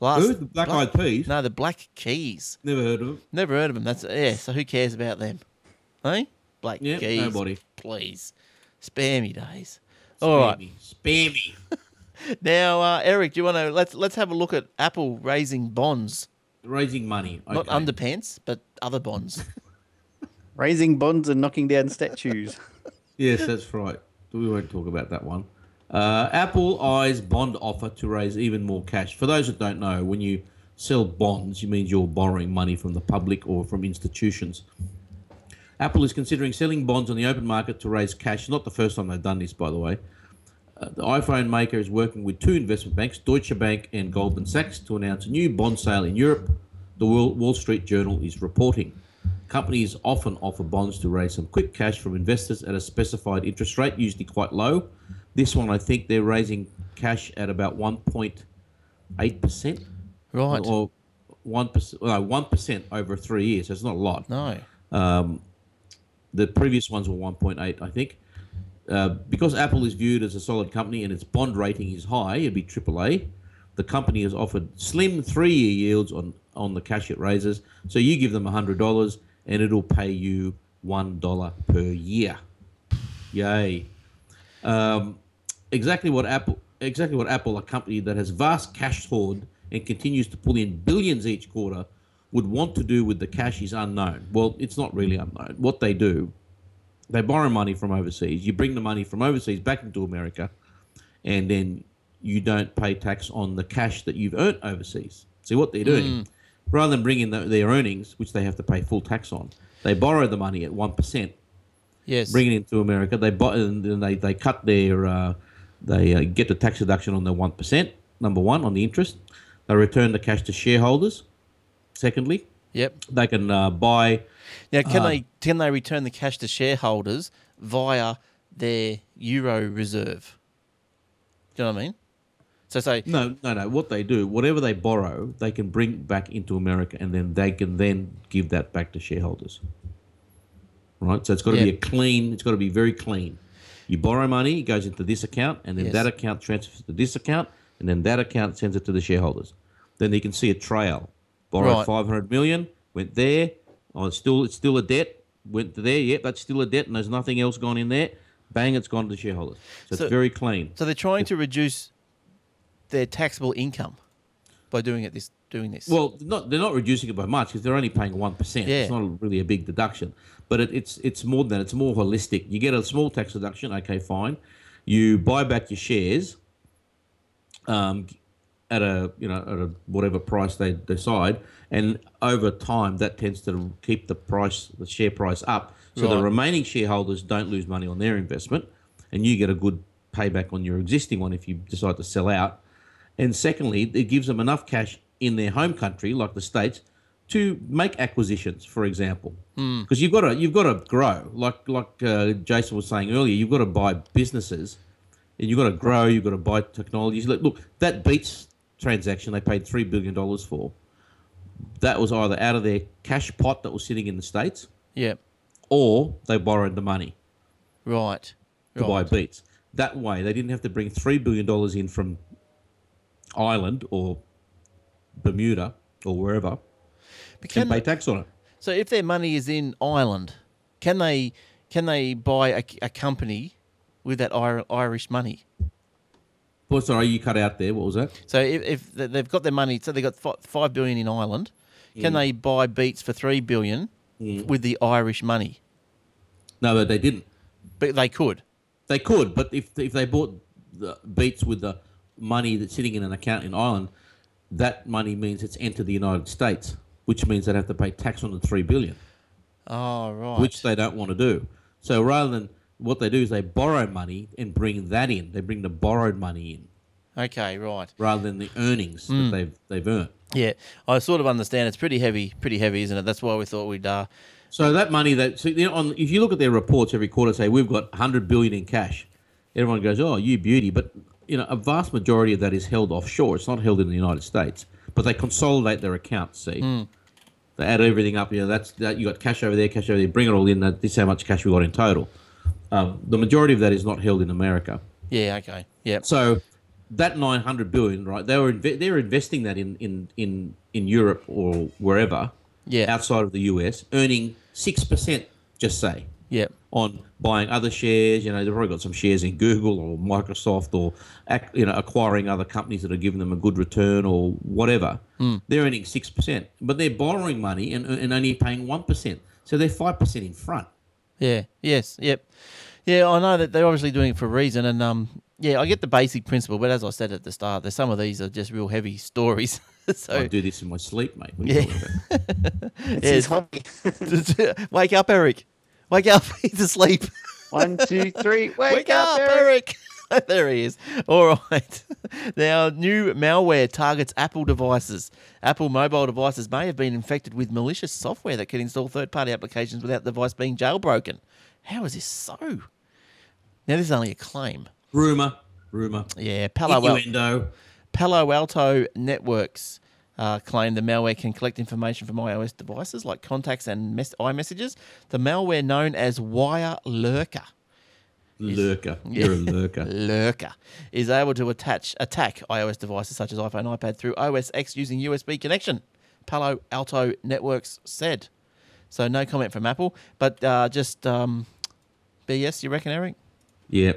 Speaker 1: Last,
Speaker 3: Who? The Black Eyed Peas.
Speaker 1: No, the Black Keys.
Speaker 3: Never heard of them.
Speaker 1: Never heard of them. That's yeah. So who cares about them? Hey, Black
Speaker 3: Yeah,
Speaker 1: Keys.
Speaker 3: nobody.
Speaker 1: Please, spare me days. All right.
Speaker 3: Spare me.
Speaker 1: Now, uh, Eric, do you want to let's let's have a look at Apple raising bonds,
Speaker 3: Raising money.
Speaker 1: not
Speaker 3: okay.
Speaker 1: underpants, but other bonds.
Speaker 2: Raising bonds and knocking down statues.
Speaker 3: Yes, that's right. We won't talk about that one. Uh, Apple eyes bond offer to raise even more cash. For those that don't know, when you sell bonds, it means you're borrowing money from the public or from institutions. Apple is considering selling bonds on the open market to raise cash. Not the first time they've done this, by the way. Uh, the iPhone maker is working with two investment banks, Deutsche Bank and Goldman Sachs, to announce a new bond sale in Europe. The Wall Wall Street Journal is reporting. Companies often offer bonds to raise some quick cash from investors at a specified interest rate, usually quite low. This one, I think they're raising cash at about 1.8%.
Speaker 1: Right.
Speaker 3: Or 1%, no, 1% over three years. So it's not a lot.
Speaker 1: no.
Speaker 3: The previous ones were 1.8, I think. Uh, because Apple is viewed as a solid company and its bond rating is high, it'd be AAA. The company has offered slim three-year yields on on the cash it raises. So you give them hundred dollars, and it'll pay you one dollar per year. Yay! Um, exactly what Apple exactly what Apple, a company that has vast cash hoard and continues to pull in billions each quarter, would want to do with the cash is unknown. Well, it's not really unknown. What they do, they borrow money from overseas. You bring the money from overseas back into America, and then you don't pay tax on the cash that you've earned overseas. See what they're doing. Rather than bringing the, their earnings, which they have to pay full tax on, they borrow the money at one percent
Speaker 1: Yes.
Speaker 3: bring it into America. They buy and then they, they cut their uh, they uh, get the tax deduction on their one percent. Number one on the interest, they return the cash to shareholders. Secondly,
Speaker 1: Yep.
Speaker 3: they can uh, buy
Speaker 1: Now, can they can they return the cash to shareholders via their euro reserve? Do you know what I mean? So say
Speaker 3: no no no. What they do, whatever they borrow, they can bring back into America, and then they can then give that back to shareholders. Right, so it's got to be
Speaker 1: Yeah.
Speaker 3: a clean. It's got to be very clean. You borrow money, it goes into this account, and then
Speaker 1: Yes.
Speaker 3: that account transfers to this account, and then that account sends it to the shareholders. Then you can see a trail.
Speaker 1: Right.
Speaker 3: Borrowed 500 million, went there. Oh, it's still it's still a debt. Went to there. Yep, that's still a debt, and there's nothing else gone in there. Bang, it's gone to the shareholders. So,
Speaker 1: So-
Speaker 3: it's very clean.
Speaker 1: so they're trying to reduce their taxable income by doing it this doing this.
Speaker 3: Well, they're not they're not reducing it by much because they're only paying one percent. It's
Speaker 1: Yeah.
Speaker 3: not really a big deduction, but it, it's it's more than it's more holistic. You get a small tax deduction. Okay, fine. You buy back your shares, um, at a you know at a whatever price they decide, and over time that tends to keep the price the share price up, so the
Speaker 1: Right.
Speaker 3: remaining shareholders don't lose money on their investment, and you get a good payback on your existing one if you decide to sell out, And secondly, it gives them enough cash in their home country, like the states, to make acquisitions. For example, because you've got to you've got to grow. Like like uh, Jason was saying earlier, you've got to buy businesses, and you've got to grow. You've got to buy technologies. Look, look that beats transaction they paid three billion dollars for. That was either out of their cash pot that was sitting in the states,
Speaker 1: Yeah.
Speaker 3: or they borrowed the money
Speaker 1: Right.
Speaker 3: to buy
Speaker 1: Right.
Speaker 3: beets. That way, they didn't have to bring three billion dollars in from Ireland or Bermuda or wherever
Speaker 1: But
Speaker 3: and pay
Speaker 1: can,
Speaker 3: tax on it.
Speaker 1: so if their money is in Ireland, can they can they buy a, a company with that Ir- Irish money?
Speaker 3: Well, sorry, you cut out there. What was that?
Speaker 1: So if, if th- they've got their money, so they've got fi- five billion in Ireland, can they buy beats for three billion with the Irish money?
Speaker 3: No, but they didn't.
Speaker 1: But they could.
Speaker 3: They could, but if if they bought the beets with the money that's sitting in an account in Ireland, that money means it's entered the United States, which means they'd have to pay tax on the three billion.
Speaker 1: Oh right.
Speaker 3: which they don't want to do. So rather than what they do is they borrow money and bring that in. They bring the borrowed money in
Speaker 1: okay, right.
Speaker 3: rather than the earnings that they've they've earned.
Speaker 1: Yeah, I sort of understand. It's pretty heavy, pretty heavy, isn't it? That's why we thought we'd. Uh,
Speaker 3: So that money that so you know, on if you look at their reports every quarter, say we've got 100 billion in cash. Everyone goes, "Oh, you beauty," but you know a vast majority of that is held offshore. It's not held in the United States, but they consolidate their accounts. See, they add everything up. You know that's that you got cash over there, cash over there. Bring it all in. That this is how much cash we got in total. Um, the majority of that is not held in America.
Speaker 1: yeah, okay, yeah,
Speaker 3: So that 900 billion, right? They were inve- they're investing that in in in in Europe or wherever,
Speaker 1: yeah,
Speaker 3: outside of the US, earning six percent, just say,
Speaker 1: yeah,
Speaker 3: on buying other shares. You know, they've probably got some shares in Google or Microsoft or ac- you know acquiring other companies that are giving them a good return or whatever. They're earning six percent, but they're borrowing money and and only paying one percent. So they're five percent in front.
Speaker 1: yeah, yes, yep, yeah. I know that they're obviously doing it for a reason, and um, yeah, I get the basic principle, but as I said at the start, there's some of these are just real heavy stories. so
Speaker 3: I do this in my sleep, mate. What are you
Speaker 1: Yeah.
Speaker 3: talking about?
Speaker 2: It's
Speaker 1: Yeah,
Speaker 2: his
Speaker 1: it's-
Speaker 2: hobby.
Speaker 1: wake up, Eric. Wake up. He's asleep.
Speaker 2: One, two, three. Wake,
Speaker 1: Wake up, Eric. there he is. All right. Now, new malware targets Apple devices. Apple mobile devices may have been infected with malicious software that can install third party applications without the device being jailbroken. How is this so? Now, this is only a claim.
Speaker 3: Rumor, rumor,
Speaker 1: Yeah, Palo, Al-
Speaker 3: innuendo.
Speaker 1: Palo Alto Networks uh, claim the malware can collect information from iOS devices like contacts and mes- iMessages. The malware known as Wire Lurker.
Speaker 3: Lurker. You're a lurker.
Speaker 1: Lurker is able to attach attack iOS devices such as iPhone, iPad through OS X using USB connection. Palo Alto Networks said. So no comment from Apple, but uh, just um, BS. You reckon, Eric?
Speaker 3: yeah.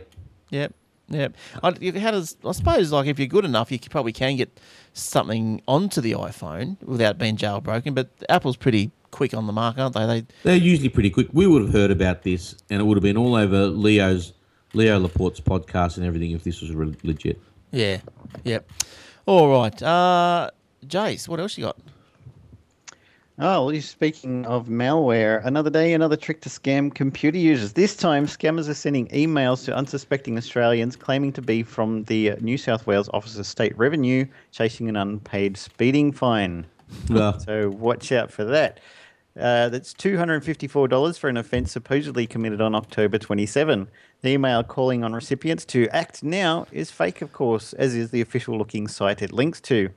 Speaker 1: Yep, yep. I, you- how does I suppose like if you're good enough, you c- probably can get something onto the iPhone without being jailbroken. But Apple's pretty quick on the mark, aren't they? They
Speaker 3: They're usually pretty quick. We would have heard about this and it would have been all over Leo's Leo Laporte's podcast and everything if this was re- legit.
Speaker 1: yeah, yep. All right, uh, Jace, what else you got?
Speaker 2: Oh, well, you're speaking of malware, another day, another trick to scam computer users. This time, scammers are sending emails to unsuspecting Australians claiming to be from the New South Wales Office of State Revenue chasing an unpaid speeding fine.
Speaker 7: Uh,
Speaker 3: Well,
Speaker 2: So watch out for that. Uh, that's $254 for an offence supposedly committed on October 27. The email calling on recipients to act now is fake, of course, as is the official looking site it links to.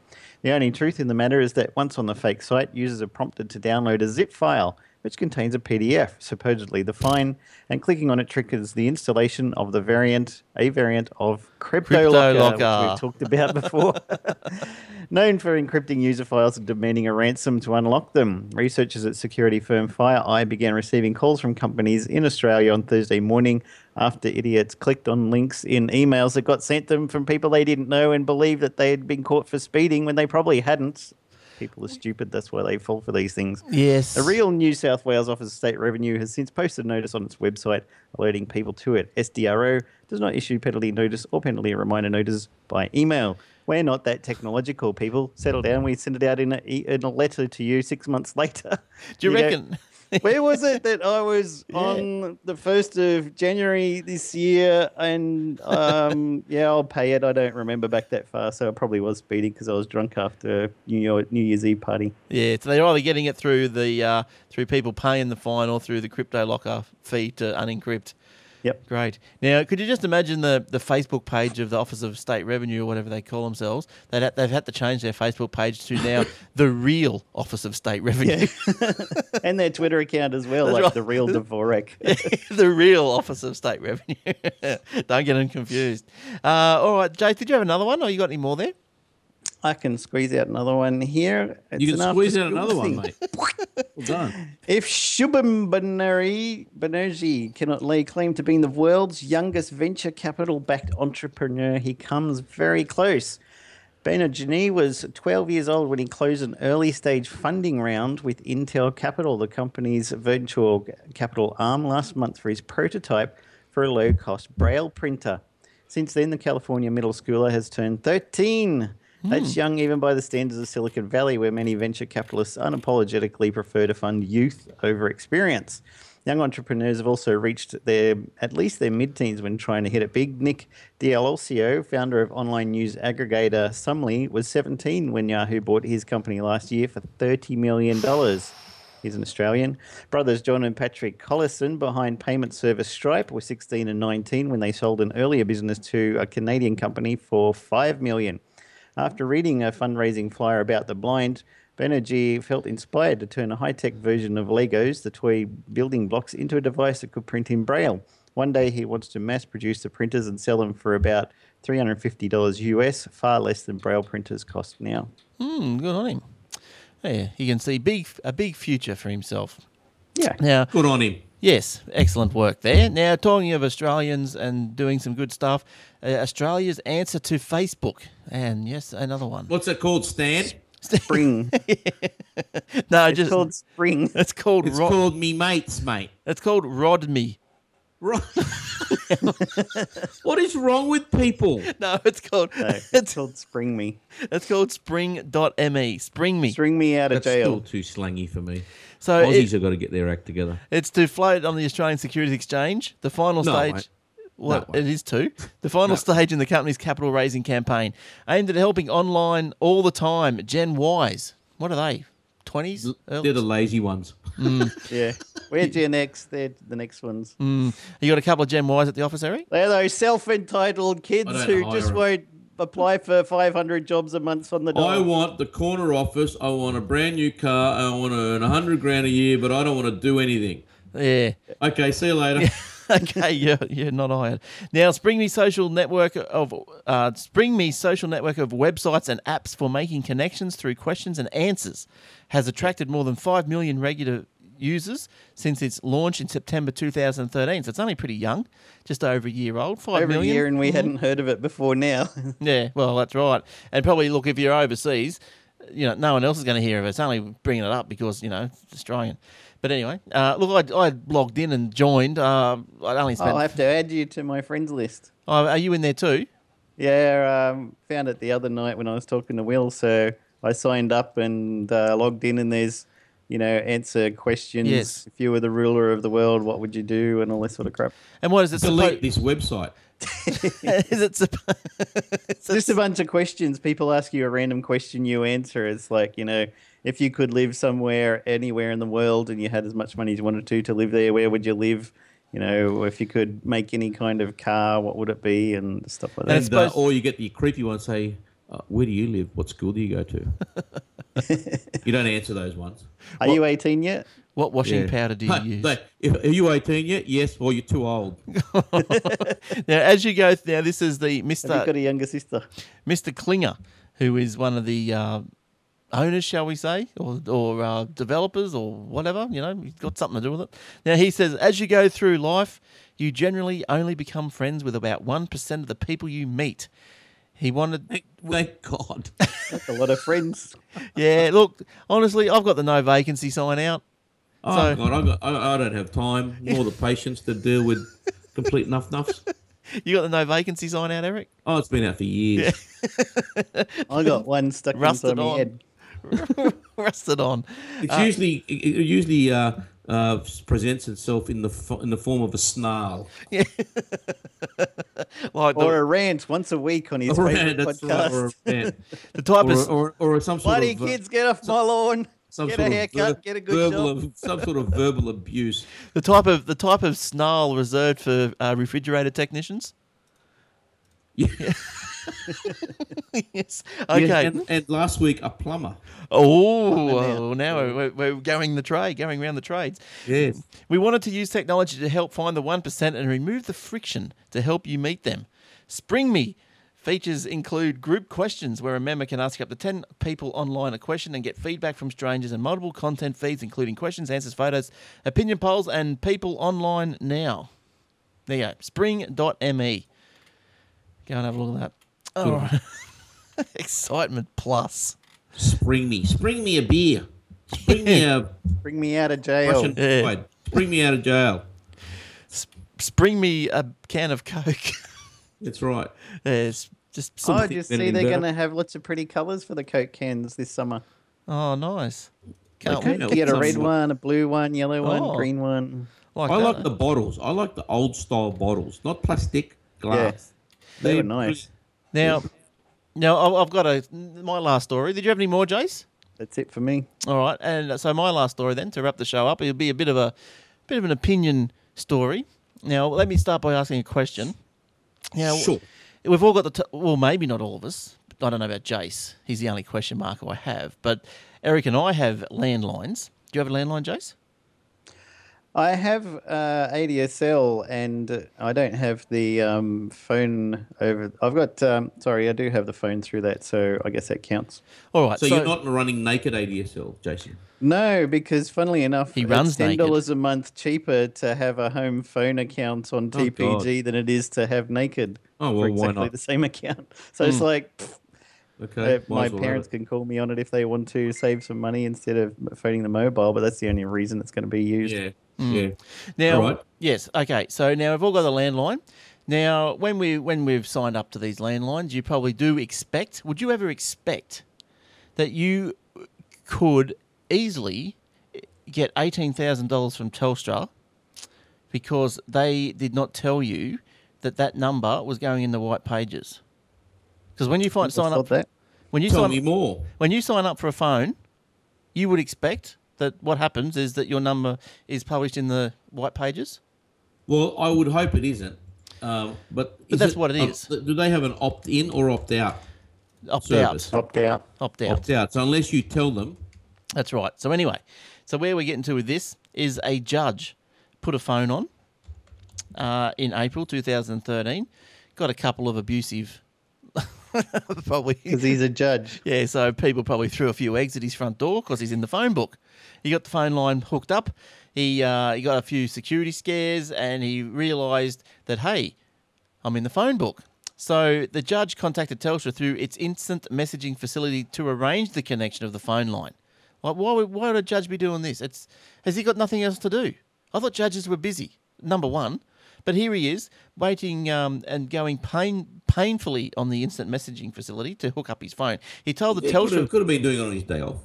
Speaker 2: The only truth in the matter is that once on the fake site, users are prompted to download a zip file, which contains a PDF, supposedly the fine, and clicking on it triggers the installation of the variant, a variant of CryptoLocker,
Speaker 1: CryptoLocker.
Speaker 2: which we've talked about before. Known for encrypting user files and demanding a ransom to unlock them, researchers at security firm FireEye began receiving calls from companies in Australia on Thursday morning after idiots clicked on links in emails that got sent them from people they didn't know and believed that they had been caught for speeding when they probably hadn't. People are stupid, that's why they fall for these things.
Speaker 1: Yes,
Speaker 2: The real New South Wales Office of State Revenue has since posted a notice on its website alerting people to it. SDRO does not issue penalty notice or penalty reminder notices by email. We're not that technological, e, people. Settle down. We send it out in a, in a letter to you six months later.
Speaker 1: Do you,
Speaker 2: go,
Speaker 1: reckon?
Speaker 2: Where was it that I was on the first of January this year? And um, yeah, I'll pay it. I don't remember back that far, so I probably was speeding because I was drunk after New, Year, New Year's Eve party.
Speaker 1: Yeah, so they're either getting it through the uh, through people paying the fine or through the crypto locker fee to unencrypt.
Speaker 2: Yep.
Speaker 1: Great. Now, could you just imagine the, the Facebook page of the Office of State Revenue or whatever they call themselves? They'd ha- they've had to change their Facebook page to now the real Office of State Revenue.
Speaker 2: and their Twitter account as well,
Speaker 1: That's
Speaker 2: like
Speaker 1: right.
Speaker 2: the real Dvorak.
Speaker 1: the real Office of State Revenue. Don't get them confused. Uh, all right, Jake, did you have another one or you got any more there?
Speaker 2: I can squeeze out another one here. It's
Speaker 7: You
Speaker 2: an
Speaker 7: can squeeze
Speaker 2: after
Speaker 7: out
Speaker 2: school
Speaker 7: another one,
Speaker 2: thing.
Speaker 7: mate. Well done.
Speaker 2: If Shubham Banerjee, Banerjee cannot lay claim to being the world's youngest venture capital backed entrepreneur, he comes very close. Banerjee was 12 years old when he closed an early stage funding round with Intel Capital, the company's virtual capital arm, last month for his prototype for a low cost braille printer. Since then, the California middle schooler has turned 13. That's young even by the standards of Silicon Valley, where many venture capitalists unapologetically prefer to fund youth over experience. Young entrepreneurs have also reached their at least their mid-teens when trying to hit it big. Nick D'Alessio, E founder of online news aggregator Sumly, was 17 when Yahoo bought his company last year for 30 million dollars. He's an Australian. Brothers John and Patrick Collison behind payment service Stripe were 16 and 19 when they sold an earlier business to a Canadian company for 5 million. After reading a fundraising flyer about the blind, Banerjee felt inspired to turn a high-tech version of Legos, the toy building blocks, into a device that could print in Braille. One day he wants to mass produce the printers and sell them for about $350 US, far less than Braille printers cost now.
Speaker 1: Hmm, good on him. Yeah, he can see big a big future for himself.
Speaker 2: Yeah.
Speaker 1: Now,
Speaker 7: Good on him.
Speaker 1: Yes, excellent work there. Now, talking of Australians and doing some good stuff, uh, Australia's answer to Facebook, and yes, another one.
Speaker 7: What's it called, Stan?
Speaker 2: Spring.
Speaker 1: No,
Speaker 2: it's
Speaker 1: just
Speaker 2: called Spring.
Speaker 1: it's called
Speaker 7: It's
Speaker 1: Ro-
Speaker 7: called me mates, mate.
Speaker 1: it's called Rodme.
Speaker 7: Right. what is wrong with people?
Speaker 1: No, it's called
Speaker 2: No, it's
Speaker 1: it's,
Speaker 2: called Spring Me.
Speaker 1: it's called Spring.me. Spring me.
Speaker 2: String me out of
Speaker 7: That's still
Speaker 2: jail.
Speaker 7: too slangy for me.
Speaker 1: So
Speaker 7: Aussies
Speaker 1: Uh, it-
Speaker 7: have got to get their act together.
Speaker 1: it's to float on the Australian Securities Exchange. The final
Speaker 7: No, it
Speaker 1: stage.
Speaker 7: won't.
Speaker 1: Well,
Speaker 7: it won't.
Speaker 1: it is too. The final stage in the company's capital raising campaign, aimed at helping online all the time Gen Ys. What are they? Twenties?
Speaker 7: They're the lazy ones.
Speaker 2: Yeah. We're Gen X. They're the next ones.
Speaker 1: You got a couple of Gen Ys at the office, Eric?
Speaker 2: They're those self-entitled kids
Speaker 7: don't
Speaker 2: who
Speaker 7: hire
Speaker 2: just
Speaker 7: 'em.
Speaker 2: won't apply for 500 jobs a month on the
Speaker 7: I
Speaker 2: dollar.
Speaker 7: want the corner office. I want a brand new car. I want to earn 100 grand a year, but I don't want to do anything.
Speaker 1: Yeah.
Speaker 7: Okay, see you later.
Speaker 1: okay, you're, you're not hired. Now, Spring Me Social Network of uh, Spring Me Social Network of websites and apps for making connections through questions and answers has attracted more than five million regular users since its launch in September 2013. So it's only pretty young, just over a year old. Five
Speaker 2: Every
Speaker 1: million.
Speaker 2: year, and we hadn't heard of it before now.
Speaker 1: Yeah, well, that's right. And probably look if you're overseas, you know, no one else is going to hear of it. It's only bringing it up because you know it's Australian. But anyway, uh, look, I, I logged in and joined. Uh, I only spent.
Speaker 2: I'll have to add you to my friends list.
Speaker 1: Oh, are you in there too?
Speaker 2: Yeah, um, found it the other night when I was talking to Will. So I signed up and uh, logged in, and there's, you know, answer questions.
Speaker 1: Yes.
Speaker 2: If you were the ruler of the world, what would you do, and all this sort of crap.
Speaker 1: And what is it?
Speaker 7: Delete
Speaker 1: Suppo-
Speaker 7: this website.
Speaker 1: is it? Suppo-
Speaker 2: just a bunch of questions. People ask you a random question, you answer. It's like, you know, if you could live somewhere, anywhere in the world, and you had as much money as you wanted to to live there, where would you live? You know, if you could make any kind of car, what would it be? And stuff like
Speaker 1: And
Speaker 2: that.
Speaker 7: And,
Speaker 1: suppose-
Speaker 7: uh, or you get the creepy one say, uh, Where do you live? What school do you go to? you don't answer those ones.
Speaker 2: Are you 18 yet?
Speaker 1: what washing
Speaker 7: Yeah.
Speaker 1: powder do you
Speaker 7: Hey,
Speaker 1: use?
Speaker 7: they- if, are you 18 yet? Yes, or you're too old.
Speaker 1: Now, as you go, now this is the
Speaker 2: Have you
Speaker 1: Mister
Speaker 2: got a younger sister?
Speaker 1: Mister Klinger, who is one of the uh, owners, shall we say, or or uh, developers or whatever. You know, he's got something to do with it. Now he says, as you go through life, you generally only become friends with about one percent of the people you meet. He wanted
Speaker 7: Thank, thank God.
Speaker 2: That's a lot of friends.
Speaker 1: Yeah, look, honestly, I've got the no vacancy sign out.
Speaker 7: Oh,
Speaker 1: So-
Speaker 7: God, I, got, I, I don't have time nor the patience to deal with complete nuff nuffs.
Speaker 1: You got the no vacancy sign out, Eric?
Speaker 7: Oh, it's been out for years.
Speaker 2: I got one stuck
Speaker 1: Rusted
Speaker 2: inside my
Speaker 1: on.
Speaker 2: head.
Speaker 1: Rusted on.
Speaker 7: It's usually it- it- usually uh, uh, presents itself in the fo- in the form of a snarl.
Speaker 1: Like the,
Speaker 2: Or a rant once a week on his
Speaker 7: Or a-
Speaker 2: favorite
Speaker 7: that's right,
Speaker 2: podcast.
Speaker 7: or, a rant.
Speaker 1: the type
Speaker 7: or,
Speaker 1: of
Speaker 7: or, or some sort
Speaker 2: Bloody
Speaker 7: of uh,
Speaker 2: kids, get off my lawn.
Speaker 7: some
Speaker 2: get
Speaker 7: sort
Speaker 2: a
Speaker 7: of
Speaker 2: haircut.
Speaker 7: ver-
Speaker 2: get a good
Speaker 7: verbal
Speaker 2: job.
Speaker 7: ab- some sort of verbal abuse.
Speaker 1: the type of the type of snarl reserved for uh, refrigerator technicians.
Speaker 7: Yeah.
Speaker 1: yes. Okay.
Speaker 7: Yeah, and, and last week a plumber.
Speaker 1: oh,
Speaker 2: now.
Speaker 1: well, now we're, we're we're going the trade, going around the trades.
Speaker 7: Yes.
Speaker 1: We wanted to use technology to help find the 1% and remove the friction to help you meet them. Spring Me features include group questions where a member can ask up to 10 people online a question and get feedback from strangers and multiple content feeds, including questions, answers, photos, opinion polls, and people online now. There you go, spring.me. E. Go and have a look at that. All right. Excitement plus.
Speaker 7: Spring me. Spring me a beer. Spring me a
Speaker 2: Bring me out of jail.
Speaker 7: Russian
Speaker 1: yeah.
Speaker 7: wine. Spring me out of jail.
Speaker 1: Spring me a can of Coke.
Speaker 7: That's right.
Speaker 1: It's just
Speaker 2: I
Speaker 1: something.
Speaker 2: just
Speaker 7: Anything
Speaker 2: see they're
Speaker 7: better?
Speaker 2: going to have lots of pretty colours for the Coke cans this summer.
Speaker 1: Oh, nice. Can't
Speaker 7: Okay.
Speaker 1: wait.
Speaker 7: Yeah,
Speaker 2: You get a
Speaker 7: some
Speaker 2: red
Speaker 7: sort.
Speaker 2: one, a blue one, yellow one,
Speaker 1: Oh.
Speaker 2: green one.
Speaker 1: Like
Speaker 7: I
Speaker 1: that.
Speaker 7: like the bottles. I like the old style bottles, not plastic, glass.
Speaker 2: They
Speaker 7: They're
Speaker 2: were nice.
Speaker 1: Now, now I- I've got a my last story. Did you have any more, Jace?
Speaker 2: That's it for me.
Speaker 1: All right, and so my last story then to wrap the show up. It'll be a bit of a bit of an opinion story. Now, let me start by asking a question. Now,
Speaker 7: Sure.
Speaker 1: we've all got the t- well, maybe not all of us. I don't know about Jace. He's the only question mark I have. But Eric and I have landlines. Do you have a landline, Jace?
Speaker 2: I have uh, ADSL and I don't have the um, phone over. I've got, um, sorry, I do have the phone through that, so I guess that counts.
Speaker 1: All right.
Speaker 7: So, you're not running naked ADSL, Jason.
Speaker 2: No, because funnily enough,
Speaker 1: He runs
Speaker 2: it's ten dollars a month cheaper to have a home phone account on TPG than it is to have naked.
Speaker 7: Oh,
Speaker 2: for
Speaker 7: well, why
Speaker 2: exactly
Speaker 7: not? Hmm.
Speaker 2: the same account. So it's like pff,
Speaker 7: Okay.
Speaker 2: uh, my parents can call me on it if they want to save some money instead of phoning the mobile, but that's the only reason it's going to be used.
Speaker 7: Yeah.
Speaker 2: Mm.
Speaker 7: Yeah.
Speaker 1: Now,
Speaker 7: All right.
Speaker 1: yes, okay. So now we've all got a landline. Now, when we when we've signed up to these landlines, you probably do expect. Would you ever expect that you could easily get eighteen thousand dollars from Telstra because they did not tell you that that number was going in the white pages? Because when you find
Speaker 2: I
Speaker 1: sign
Speaker 2: thought
Speaker 1: up
Speaker 2: that.
Speaker 1: when you
Speaker 7: Tell
Speaker 1: sign
Speaker 7: me more.
Speaker 1: when you sign up for a phone, you would expect that what happens is that your number is published in the white pages.
Speaker 7: Well, I would hope it isn't. Um, but is
Speaker 1: that's what it
Speaker 7: um,
Speaker 1: is.
Speaker 7: do they have an opt in or opt out?
Speaker 1: Opt
Speaker 7: Service.
Speaker 1: out.
Speaker 2: Opt out.
Speaker 1: Opt out.
Speaker 7: Opt out. So unless you tell them,
Speaker 1: That's right. So anyway, so where we're getting to with this is a judge put a phone on uh, in April 2013. Got a couple of abusive, probably.
Speaker 2: Because he's a judge.
Speaker 1: Yeah, so people probably threw a few eggs at his front door because he's in the phone book. He got the phone line hooked up. He uh, he got a few security scares, and he realised that hey, I'm in the phone book. So the judge contacted Telstra through its instant messaging facility to arrange the connection of the phone line. Like, why would why would a judge be doing this? It's has he got nothing else to do? I thought judges were busy. Number one, but here he is waiting um, and going pain painfully on the instant messaging facility to hook up his phone. He told the
Speaker 7: it could
Speaker 1: Telstra
Speaker 7: have, could have been doing it on his day off.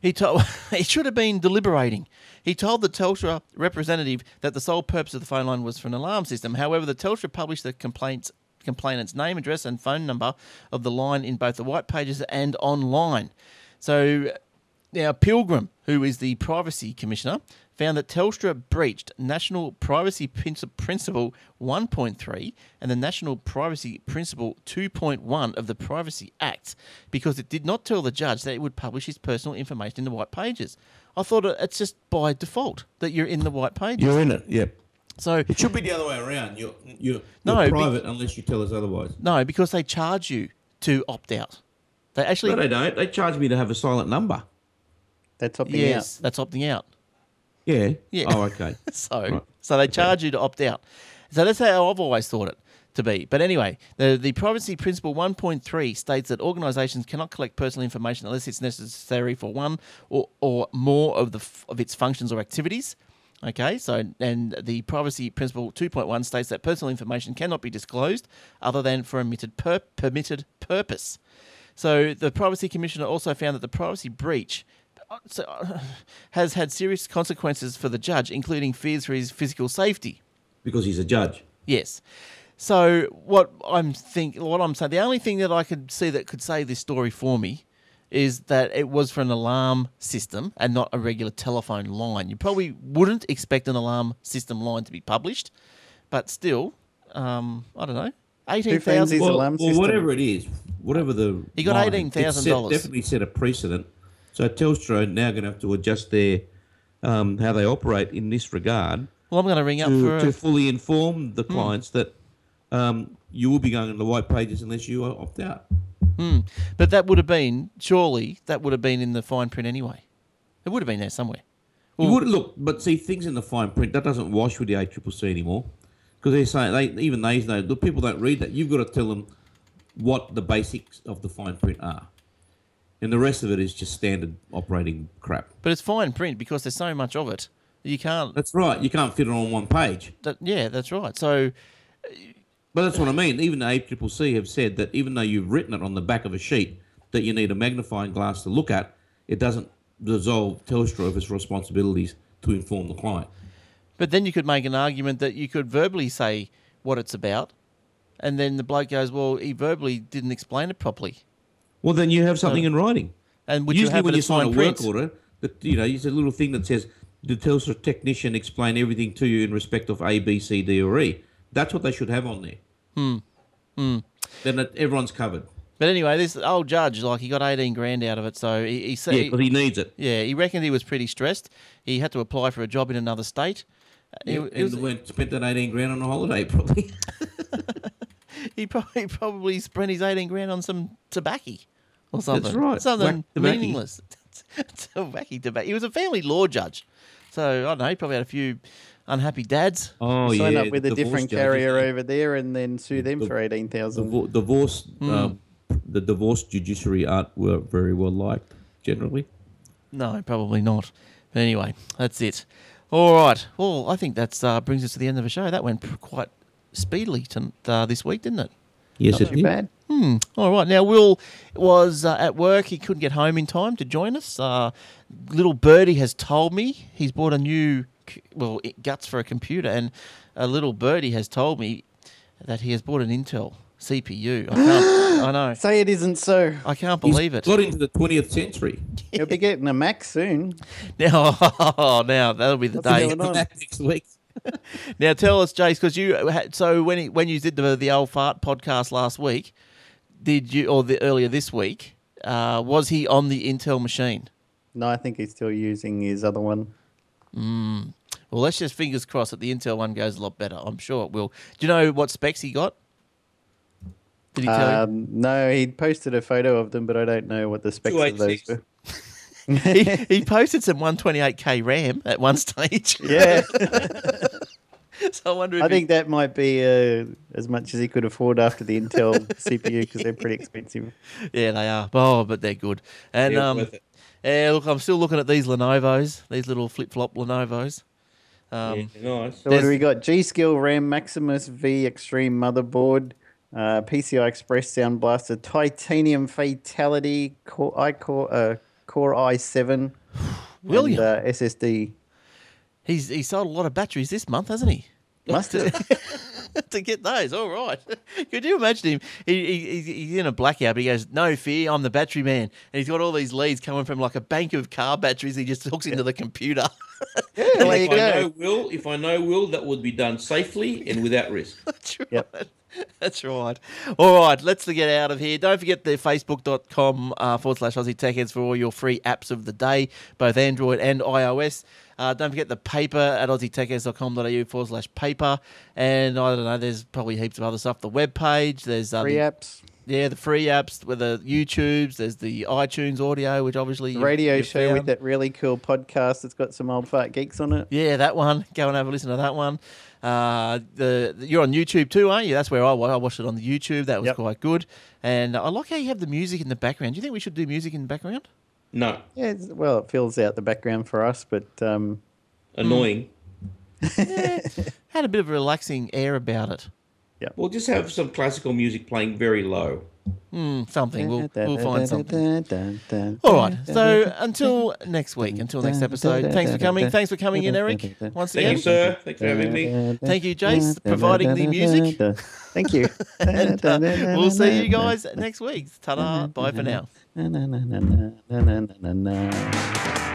Speaker 1: he told he should have been deliberating. He told the Telstra representative that the sole purpose of the phone line was for an alarm system. However, the Telstra published the complaints complainant's name, address, and phone number of the line in both the white pages and online. So now Pilgrim, who is the privacy commissioner, found that Telstra breached National Privacy Prin- Principle 1.3 and the National Privacy Principle 2.1 of the Privacy Act because it did not tell the judge that it would publish his personal information in the white pages. I thought it- it's just by default that you're in the white pages.
Speaker 6: You're in it. Yep.
Speaker 1: so
Speaker 7: It should be the other way around. You're, you're,
Speaker 1: No,
Speaker 7: you're
Speaker 1: be-
Speaker 7: private unless you tell us otherwise.
Speaker 1: no, because they charge you to opt out. They actually
Speaker 7: No, they don't. They charge me to have a silent number.
Speaker 2: That's opting
Speaker 1: yes, that's opting out.
Speaker 7: Yeah.
Speaker 1: Yeah.
Speaker 7: Oh, okay.
Speaker 1: So, so they charge you to opt out. So that's how I've always thought it to be. But anyway, the, the privacy principle 1.3 states that organisations cannot collect personal information unless it's necessary for one or, or more of the f- of its functions or activities. Okay, so and the privacy principle 2.1 states that personal information cannot be disclosed other than for a permitted, pur- permitted purpose. So the privacy commissioner also found that the privacy breach uh, so, uh, has had serious consequences for the judge, including fears for his physical safety.
Speaker 3: because he's a judge.
Speaker 1: Yes. So what I'm think what I'm saying, the only thing that I could see that could say this story for me is that it was for an alarm system and not a regular telephone line. You probably wouldn't expect an alarm system line to be published, but still, um, I don't know, eighteen
Speaker 2: friends
Speaker 1: thousand.
Speaker 2: is-
Speaker 3: Well,
Speaker 2: alarm
Speaker 3: well,
Speaker 2: system.
Speaker 3: whatever it is, whatever the
Speaker 1: He got
Speaker 3: line,
Speaker 1: $18,000
Speaker 3: it set- Definitely set a precedent. So Telstra are now going to have to adjust their um, how they operate in this regard
Speaker 1: Well, I'm going to ring up
Speaker 3: to,
Speaker 1: for
Speaker 3: to
Speaker 1: a, Hmm.
Speaker 3: fully inform the clients that um, you will be going in the white pages unless you opt out.
Speaker 1: but that would have been surely that would have been in the fine print anyway. It would have been there somewhere.
Speaker 3: You would look, but see things in the fine print that doesn't wash with the ACCC anymore, because they're saying they even they know the people don't read that. You've got to tell them what the basics of the fine print are, and the rest of it is just standard operating crap.
Speaker 1: But it's fine print because there's so much of it. You can't.
Speaker 3: That's right. You can't fit it on one page.
Speaker 1: That, yeah, that's right. So
Speaker 3: But that's what I mean. Even the ACCC have said that even though you've written it on the back of a sheet that you need a magnifying glass to look at, it doesn't absolve Telstra of its responsibilities to inform the client.
Speaker 1: But then you could make an argument that you could verbally say what it's about, and then the bloke goes, "Well, he verbally didn't explain it properly."
Speaker 3: Well, then you have something in writing.
Speaker 1: And would you
Speaker 3: Usually,
Speaker 1: have
Speaker 3: when
Speaker 1: it
Speaker 3: you
Speaker 1: as
Speaker 3: sign a
Speaker 1: fine print?
Speaker 3: work order, that you know, it's a little thing that says the Telstra technician explain everything to you in respect of A, B, C, D, or E. That's what they should have on there. Hmm. Then it, everyone's covered.
Speaker 1: But anyway, this old judge, like, he got eighteen grand out of it, so he, he said,
Speaker 3: Yeah, because he needs it.
Speaker 1: yeah, he reckoned he was pretty stressed. He had to apply for a job in another state. He-
Speaker 3: Yeah,
Speaker 1: he, was-
Speaker 3: and went, spent that eighteen grand on a holiday, probably.
Speaker 1: he probably probably spent his eighteen grand on some tobacco or something.
Speaker 3: right,
Speaker 1: Something
Speaker 3: whack tobacco.
Speaker 1: meaningless. tobacco, tobacco. He was a family law judge, so I don't know. He probably had a few unhappy dads.
Speaker 3: oh
Speaker 2: Sign up with a different carrier over there and then sue them for 18,000.
Speaker 3: Divorce,
Speaker 2: Hmm.
Speaker 3: um, the divorce judiciary aren't were very well liked generally.
Speaker 1: No, probably not. But anyway, that's it. All right. Well, I think that's uh, brings us to the end of the show. That went p- quite speedily to, uh, this week, didn't it?
Speaker 3: Yes, it
Speaker 2: Too
Speaker 3: did.
Speaker 2: bad.
Speaker 1: All right. Now, Will was uh, at work. He couldn't get home in time to join us. Uh, little Birdie has told me he's bought a new, c- well, it guts for a computer. And a little Birdie has told me that he has bought an Intel CPU. I, can't, I know.
Speaker 2: Say it isn't so.
Speaker 1: I can't
Speaker 3: He's
Speaker 1: believe it.
Speaker 3: Got into the twentieth century.
Speaker 2: You'll be getting a Mac soon.
Speaker 1: Now, oh, now that'll be the
Speaker 2: What's
Speaker 1: day.
Speaker 2: going on?
Speaker 3: Back next week.
Speaker 1: Now tell us, Jace, because you had, so when he, when you did the the old fart podcast last week, did you or the earlier this week? Uh, was he on the Intel machine?
Speaker 2: No, I think he's still using his other one.
Speaker 1: Well, let's just fingers crossed that the Intel one goes a lot better. I'm sure it will. Do you know what specs he got? Did he tell you?
Speaker 2: Um, no, he posted a photo of them, but I don't know what the specs of those
Speaker 3: 286.
Speaker 2: were.
Speaker 1: He, he posted some 128k RAM at one stage.
Speaker 2: Yeah,
Speaker 1: so I wonder if
Speaker 2: I
Speaker 1: he-
Speaker 2: think that might be uh, as much as he could afford after the Intel CPU because they're pretty expensive.
Speaker 1: Yeah, they are. Oh, but they're good. And
Speaker 3: They're
Speaker 1: um,
Speaker 3: worth it.
Speaker 1: yeah, look, I'm still looking at these Lenovo's, these little flip flop Lenovo's. Um,
Speaker 3: nice.
Speaker 2: So what
Speaker 1: There's-
Speaker 2: do we got? G Skill RAM Maximus V Extreme motherboard, uh, PCI Express Sound Blaster, Titanium Fatality Core iCore uh, Core i7,
Speaker 1: William.
Speaker 2: and, uh, SSD.
Speaker 1: He's he sold a lot of batteries this month, hasn't he?
Speaker 2: Must have.
Speaker 1: to get those, all right. Could you imagine him? He, he, he's- he's in a blackout, but he goes, "No fear, I'm the battery man." And he's got all these leads coming from like a bank of car batteries. He just hooks into the computer.
Speaker 2: yeah, there you
Speaker 3: If I know
Speaker 2: go.
Speaker 3: will, if I know will, that would be done safely and without risk.
Speaker 1: That's right.
Speaker 2: Yep.
Speaker 1: That's right. All right, let's get out of here. Don't forget the facebook.com uh, forward slash Aussie Tech Heads for all your free apps of the day, both Android and iOS. Uh, don't forget the paper at aussietechheads.com.au forward slash paper. And I don't know, there's probably heaps of other stuff. The web page, there's uh,
Speaker 2: Free
Speaker 1: the-
Speaker 2: apps,
Speaker 1: yeah, the free apps, with the YouTubes, there's the iTunes audio, which obviously you-
Speaker 2: radio
Speaker 1: you
Speaker 2: show with
Speaker 1: found.
Speaker 2: that really cool podcast that's got some old fart geeks on it.
Speaker 1: Yeah, that one. Go and have a listen to that one. Uh, the, the- you're on YouTube too, aren't you? That's where I wa- I watched it on the YouTube. That was
Speaker 2: Yep.
Speaker 1: quite good. And I like how you have the music in the background. Do you think we should do music in the background?
Speaker 3: No,
Speaker 1: Hmm.
Speaker 2: Yeah, it's, well, it fills out the background for us, but um,
Speaker 3: annoying.
Speaker 1: Had a bit of a relaxing air about it.
Speaker 3: Well, just have some classical music playing very low.
Speaker 1: Hmm, something. We'll, we'll find something.
Speaker 2: something.
Speaker 1: All right. So until next week, until next episode, thanks for coming. Thanks for coming in, Eric. Once
Speaker 3: Thank
Speaker 1: again.
Speaker 3: you, sir. Thanks for having me.
Speaker 1: Thank you, Jace, providing the music.
Speaker 2: Thank you.
Speaker 1: And, uh, we'll see you guys next week. Ta da. Bye for now.
Speaker 2: guys.